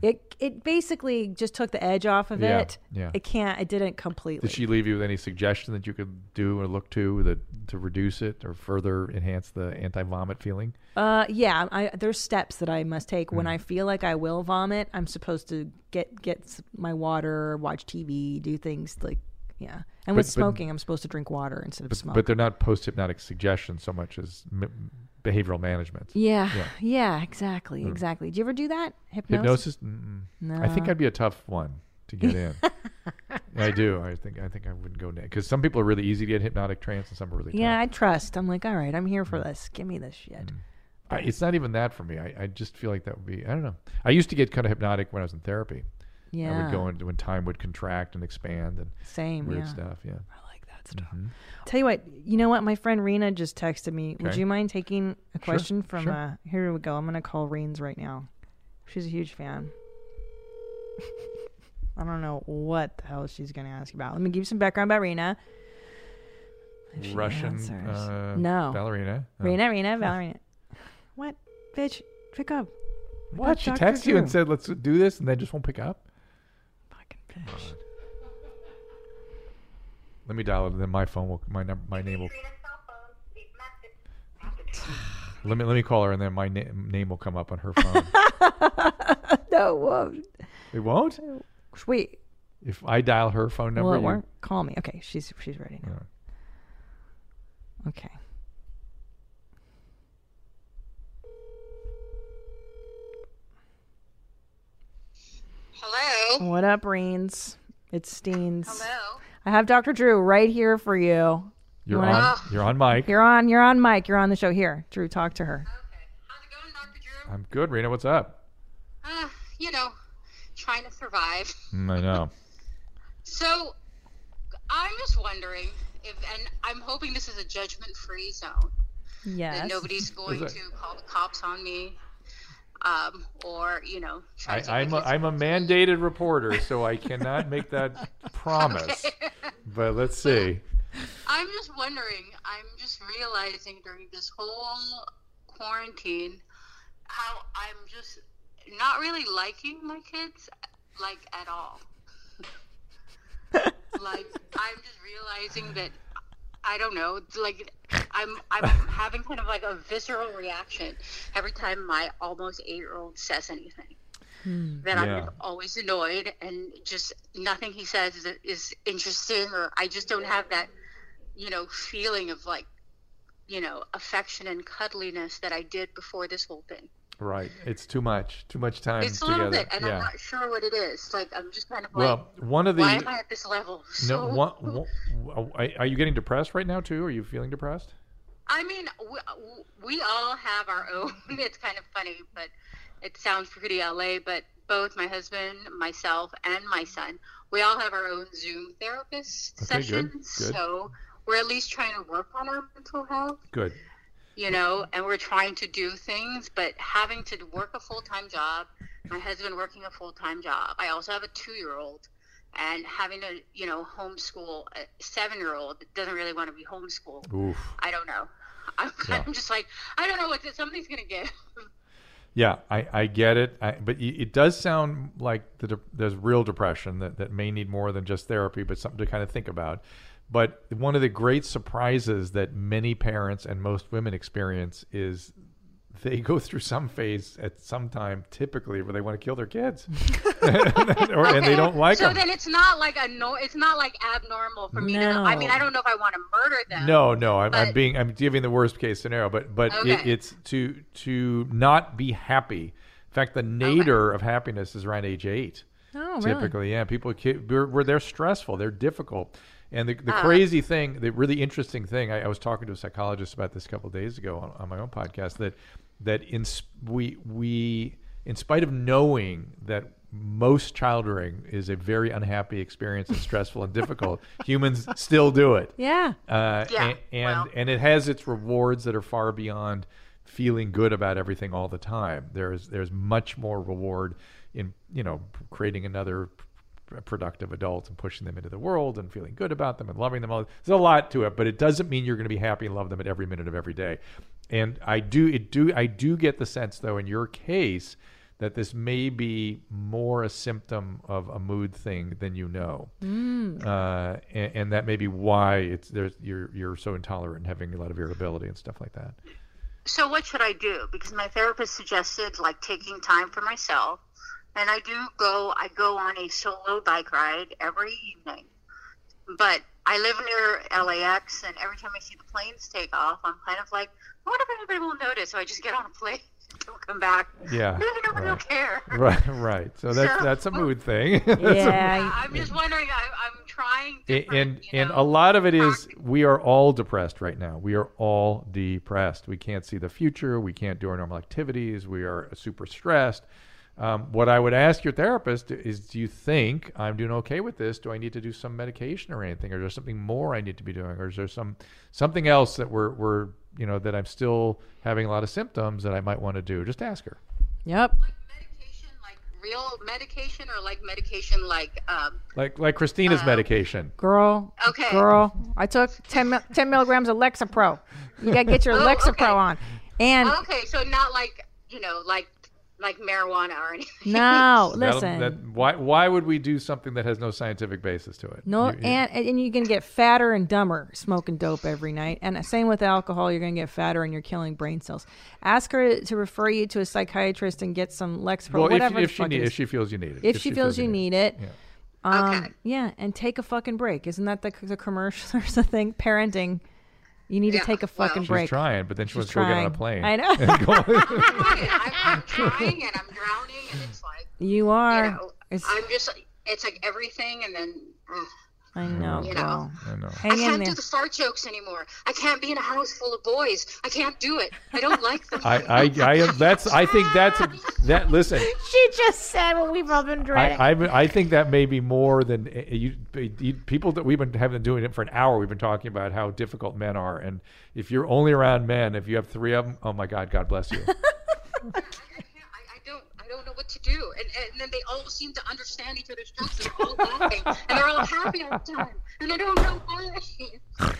It it basically just took the edge off of Mm. Yeah, it. yeah. It can't. It didn't completely. Did she leave you with any suggestion that you could do or look to that to reduce it or further enhance the anti-vomit feeling? Uh, yeah. I, there's steps that I must take Mm. when I feel like I will vomit. I'm supposed to get get s- my water, watch TV, do things like yeah. And with But- but- smoking, I'm supposed to drink water instead of But, smoke. but they're not post-hypnotic suggestions so much as m- behavioral management. Yeah, yeah, exactly, exactly. Do you ever do that? Hypnosis? Hmm. Hypnosis. Mm-mm. No. I think I'd be a tough one to get in. I do. I think I think I wouldn't go next because some people are really easy to get hypnotic trance and some are really. yeah, I trust. I'm like, all right, I'm here Hmm. for this. Give me this shit. I, it's not even that for me. I, I just feel like that would be. I don't know. I used to get kind of hypnotic when I was in therapy. I Yeah. would go into when time would contract and expand and Same, weird yeah. stuff. Yeah. Mm-hmm. I like that stuff. Tell you what, you know what? My friend Rena just texted me. Would Okay. you mind taking a Sure, question from? sure. Uh, here we go. I'm gonna call Reens right now. She's a huge fan. I don't know what the hell she's gonna ask about. Let me give you some background about Rena. If she Russian answers. uh, no ballerina. Oh. Rena, Rena, ballerina. What, bitch? Pick up. I got What? She Dr. texted you and Drew. said, "Let's do this," and then just won't pick up. Fucking bitch. Let me dial it, and then my phone will my num- my name will. Let me let me call her, and then my na- name will come up on her phone. No, it won't. it won't. Wait, If I dial her phone number, Will it you- work? Call me. Okay, she's she's ready now. Okay. Hello. What up, Reens? It's Steens. Hello. I have Dr. Drew right here for you. You You're wanna- on. You're on Oh. mic. You're on. You're on mic. You're on the show here. Drew, talk to her. I'm good, Rena. What's up? Uh, you know, trying to survive. Mm, I know. So I'm just wondering if, and I'm hoping this is a judgment free zone. Yes. That nobody's going Is to call the cops on me um, or, you know, I, I'm a, I'm a mandated reporter, so I cannot make that promise. But let's see. I'm just wondering, I'm just realizing during this whole quarantine how I'm just not really liking my kids, like at all. like, I'm just realizing that I don't know. It's Like I'm I'm having kind of like a visceral reaction every time my almost eight year old says anything. Hmm. That Yeah. I'm always annoyed and just nothing he says is, is interesting or I just don't have that you know feeling of like you know affection and cuddliness that I did before this whole thing. Right. It's too much. Too much time It's a together. little bit, and yeah. I'm not sure what it is. Like I'm just kind of Well, like, one of the- why am I at this level? So, No. One, one, are- are you getting depressed right now too? Are you feeling depressed? I mean, we, we all have our own. It's kind of funny, but it sounds pretty LA. But both my husband, myself, and my son, we all have our own Zoom therapist Okay, good, sessions. good. So we're at least trying to work on our mental health Good. you know, and we're trying to do things, but having to work a full time job, my husband working a full time job. I also have a two year old, and having to, you know, homeschool a seven year old that doesn't really want to be homeschooled. Oof. I don't know. I'm, Yeah. I'm just like, I don't know what this, something's going to give. Yeah, I, I get it, I, but y- it does sound like the de- there's real depression that, that may need more than just therapy, but something to kind of think about. But one of the great surprises that many parents and most women experience is they go through some phase at some time, typically where they want to kill their kids, or, and they don't like so them. then it's not like a no, it's not like abnormal for me. To, I No. mean, I don't know if I want to murder them. No, no, I'm, I'm but- being I'm giving the worst case scenario, but but it, Okay. it's to to not be happy. In fact, the nadir of happiness is around age eight. Oh, really? typically, yeah. People ki- where where they're stressful, they're difficult, and the, the Ah. crazy thing, the really interesting thing. I, I was talking to a psychologist about this a couple of days ago on, on my own podcast. That that in s- we we in spite of knowing that most child rearing is a very unhappy experience and stressful and difficult, humans still do it. Yeah. Uh, Yeah, And and, and it has its rewards that are far beyond feeling good about everything all the time. There's there's much more reward in you know creating another p- productive adult and pushing them into the world and feeling good about them and loving them all. There's a lot to it, but it doesn't mean you're going to be happy and love them at every minute of every day. And I do it do I do get the sense though in your case that this may be more a symptom of a mood thing than you know, Mm. uh, and, and that may be why it's there's you're you're so intolerant and having a lot of irritability and stuff like that. so what should I do? Because my therapist suggested like taking time for myself, and I do go. I go on a solo bike ride every evening, but I live near LAX, and every time I see the planes take off, I'm kind of like, I wonder if anybody will notice. So I just get on a plane, don't come back. Yeah, maybe nobody right. will care. Right, right. So that's So- that's a mood thing. That's a- Yeah, uh, I'm just wondering. I, I'm trying. A- and and a lot of it is we are all depressed right now. We are all depressed. We can't see the future. We can't do our normal activities. We are super stressed. Um, what I would ask your therapist is, do you think I'm doing okay with this? Do I need to do some medication or anything, or is there something more I need to be doing, or is there some something else that we're we're you know that I'm still having a lot of symptoms that I might want to do? Just ask her. Yep. Real medication or like medication like um, Like like Christina's medication. Girl. Okay. Girl, I took 10, mil- 10 milligrams of Lexapro. You got to get your Oh, Lexapro okay. on. And oh, okay, so not like you know, like like marijuana or anything. no, That'll- oh, listen. that- why why would we do something that has no scientific basis to it? No, You- you- and and you're gonna get fatter and dumber smoking dope every night. And the same with alcohol, you're gonna get fatter and you're killing brain cells. Ask her to refer you to a psychiatrist and get some Lexapro, Well, if- whatever. the if she fuck it need- is. if she feels you need it. if, she, feels, you need it. Um, Yeah, and take a fucking break. Isn't that the, the commercial or the thing? Parenting. You need to take a fucking She's break. trying, but then she She's wants to go get on trying. a plane. I And go- I, I'm trying and I'm drowning, and it's like You are. you know, It's- I'm just. It's like everything, and then. ugh. I know, You girl. know. I know. Hang I in can't there. do the fart jokes anymore. I can't be in a house full of boys. I can't do it. I don't like them. I, I, I am. That's. I think that's. A, that. Listen. she just said what we've all been dreading. I, I, I think that may be more than uh, you, you- people that we've been having doing it for an hour. We've been talking about how difficult men are, and if you're only around men, if you have three of them, oh my God, God bless you. I don't. I don't know what to do. And and then they all seem to understand each other's jokes. and They're all laughing and they're all happy all the time. And I don't know why.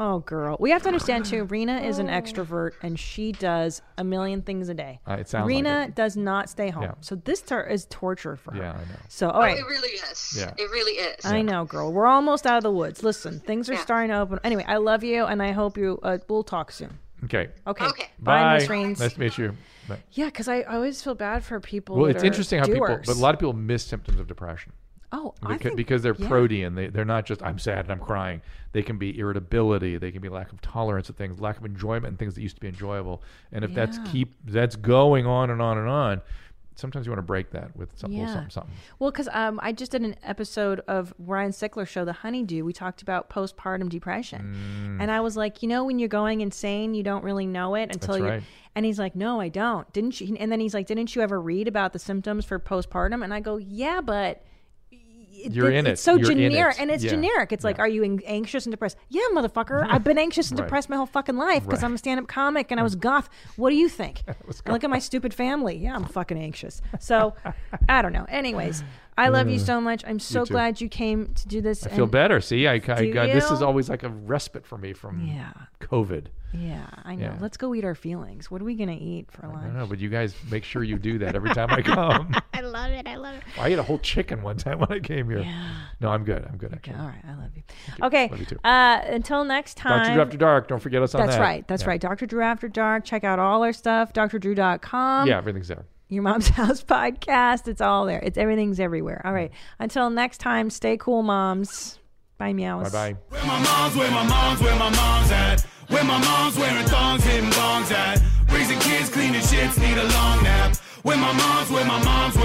Oh, girl. We have to understand, too, Rena is an extrovert and she does a million things a day. Uh, it sounds like Rena does not stay home. Yeah. So this tor- is torture for her. Yeah, I know. So, all right. It really is. Yeah. It really is. I know, girl. We're almost out of the woods. Listen, things are starting to open. Anyway, I love you and I hope you, uh, we'll talk soon. Okay. Okay. Okay. Bye, Bye. Miss Raines. Nice to meet you. Bye. Yeah, because I always feel bad for people. Well, that it's are interesting how people, doers. but a lot of people miss symptoms of depression. Oh, I because, think- because they're yeah. protean. They, they're not just I'm sad and I'm crying. They can be irritability. They can be lack of tolerance of things, lack of enjoyment and things that used to be enjoyable. And if that's Yeah. keep that's going on and on and on, sometimes you want to break that with something, Yeah. something, something. Well, because um, I just did an episode of Ryan Sickler's show, The Honeydew. We talked about postpartum depression, Mm. and I was like, you know, when you're going insane, you don't really know it until That's you. right. And he's like, no, I don't. Didn't you? And then he's like, didn't you ever read about the symptoms for postpartum? And I go, yeah, but. You're in it's it. so You're in generic, it. and it's Yeah. generic. It's like, are you an- anxious and depressed? Yeah, motherfucker. I've been anxious and Right. depressed my whole fucking life because Right. I'm a stand-up comic and I was goth. What do you think? And Look at my stupid family. Yeah, I'm fucking anxious. So, I don't know. Anyways, I love you Uh, so much. I'm so too. glad you came to do this. I feel and- better. See, I, I Do got- this is you? always like a respite for me from Yeah. COVID. Yeah, I know. Yeah. Let's go eat our feelings. What are we gonna eat for I lunch? don't know, but you guys make sure you do that every time I come. I love it. I love it. I ate a whole chicken one time when I came here. No, I'm good. I'm good. Actually. All right, I love you. Thank you. Okay. Love you too. Uh, until next time. Dr. Drew After Dark. Don't forget us on That's that. right. That's Yeah. right. Dr. Drew After Dark. Check out all our stuff. DrDrew.com. yeah, everything's there. Your Mom's House podcast. It's all there. It's everything's everywhere. All right. Until next time, stay cool, moms. Bye, meows. Bye bye. Where my mom's, where my mom's, where my mom's at. Where my mom's wearing thongs, hitting bongs at. Raising kids, cleaning shits, need a long nap. Where my mom's, where my mom's,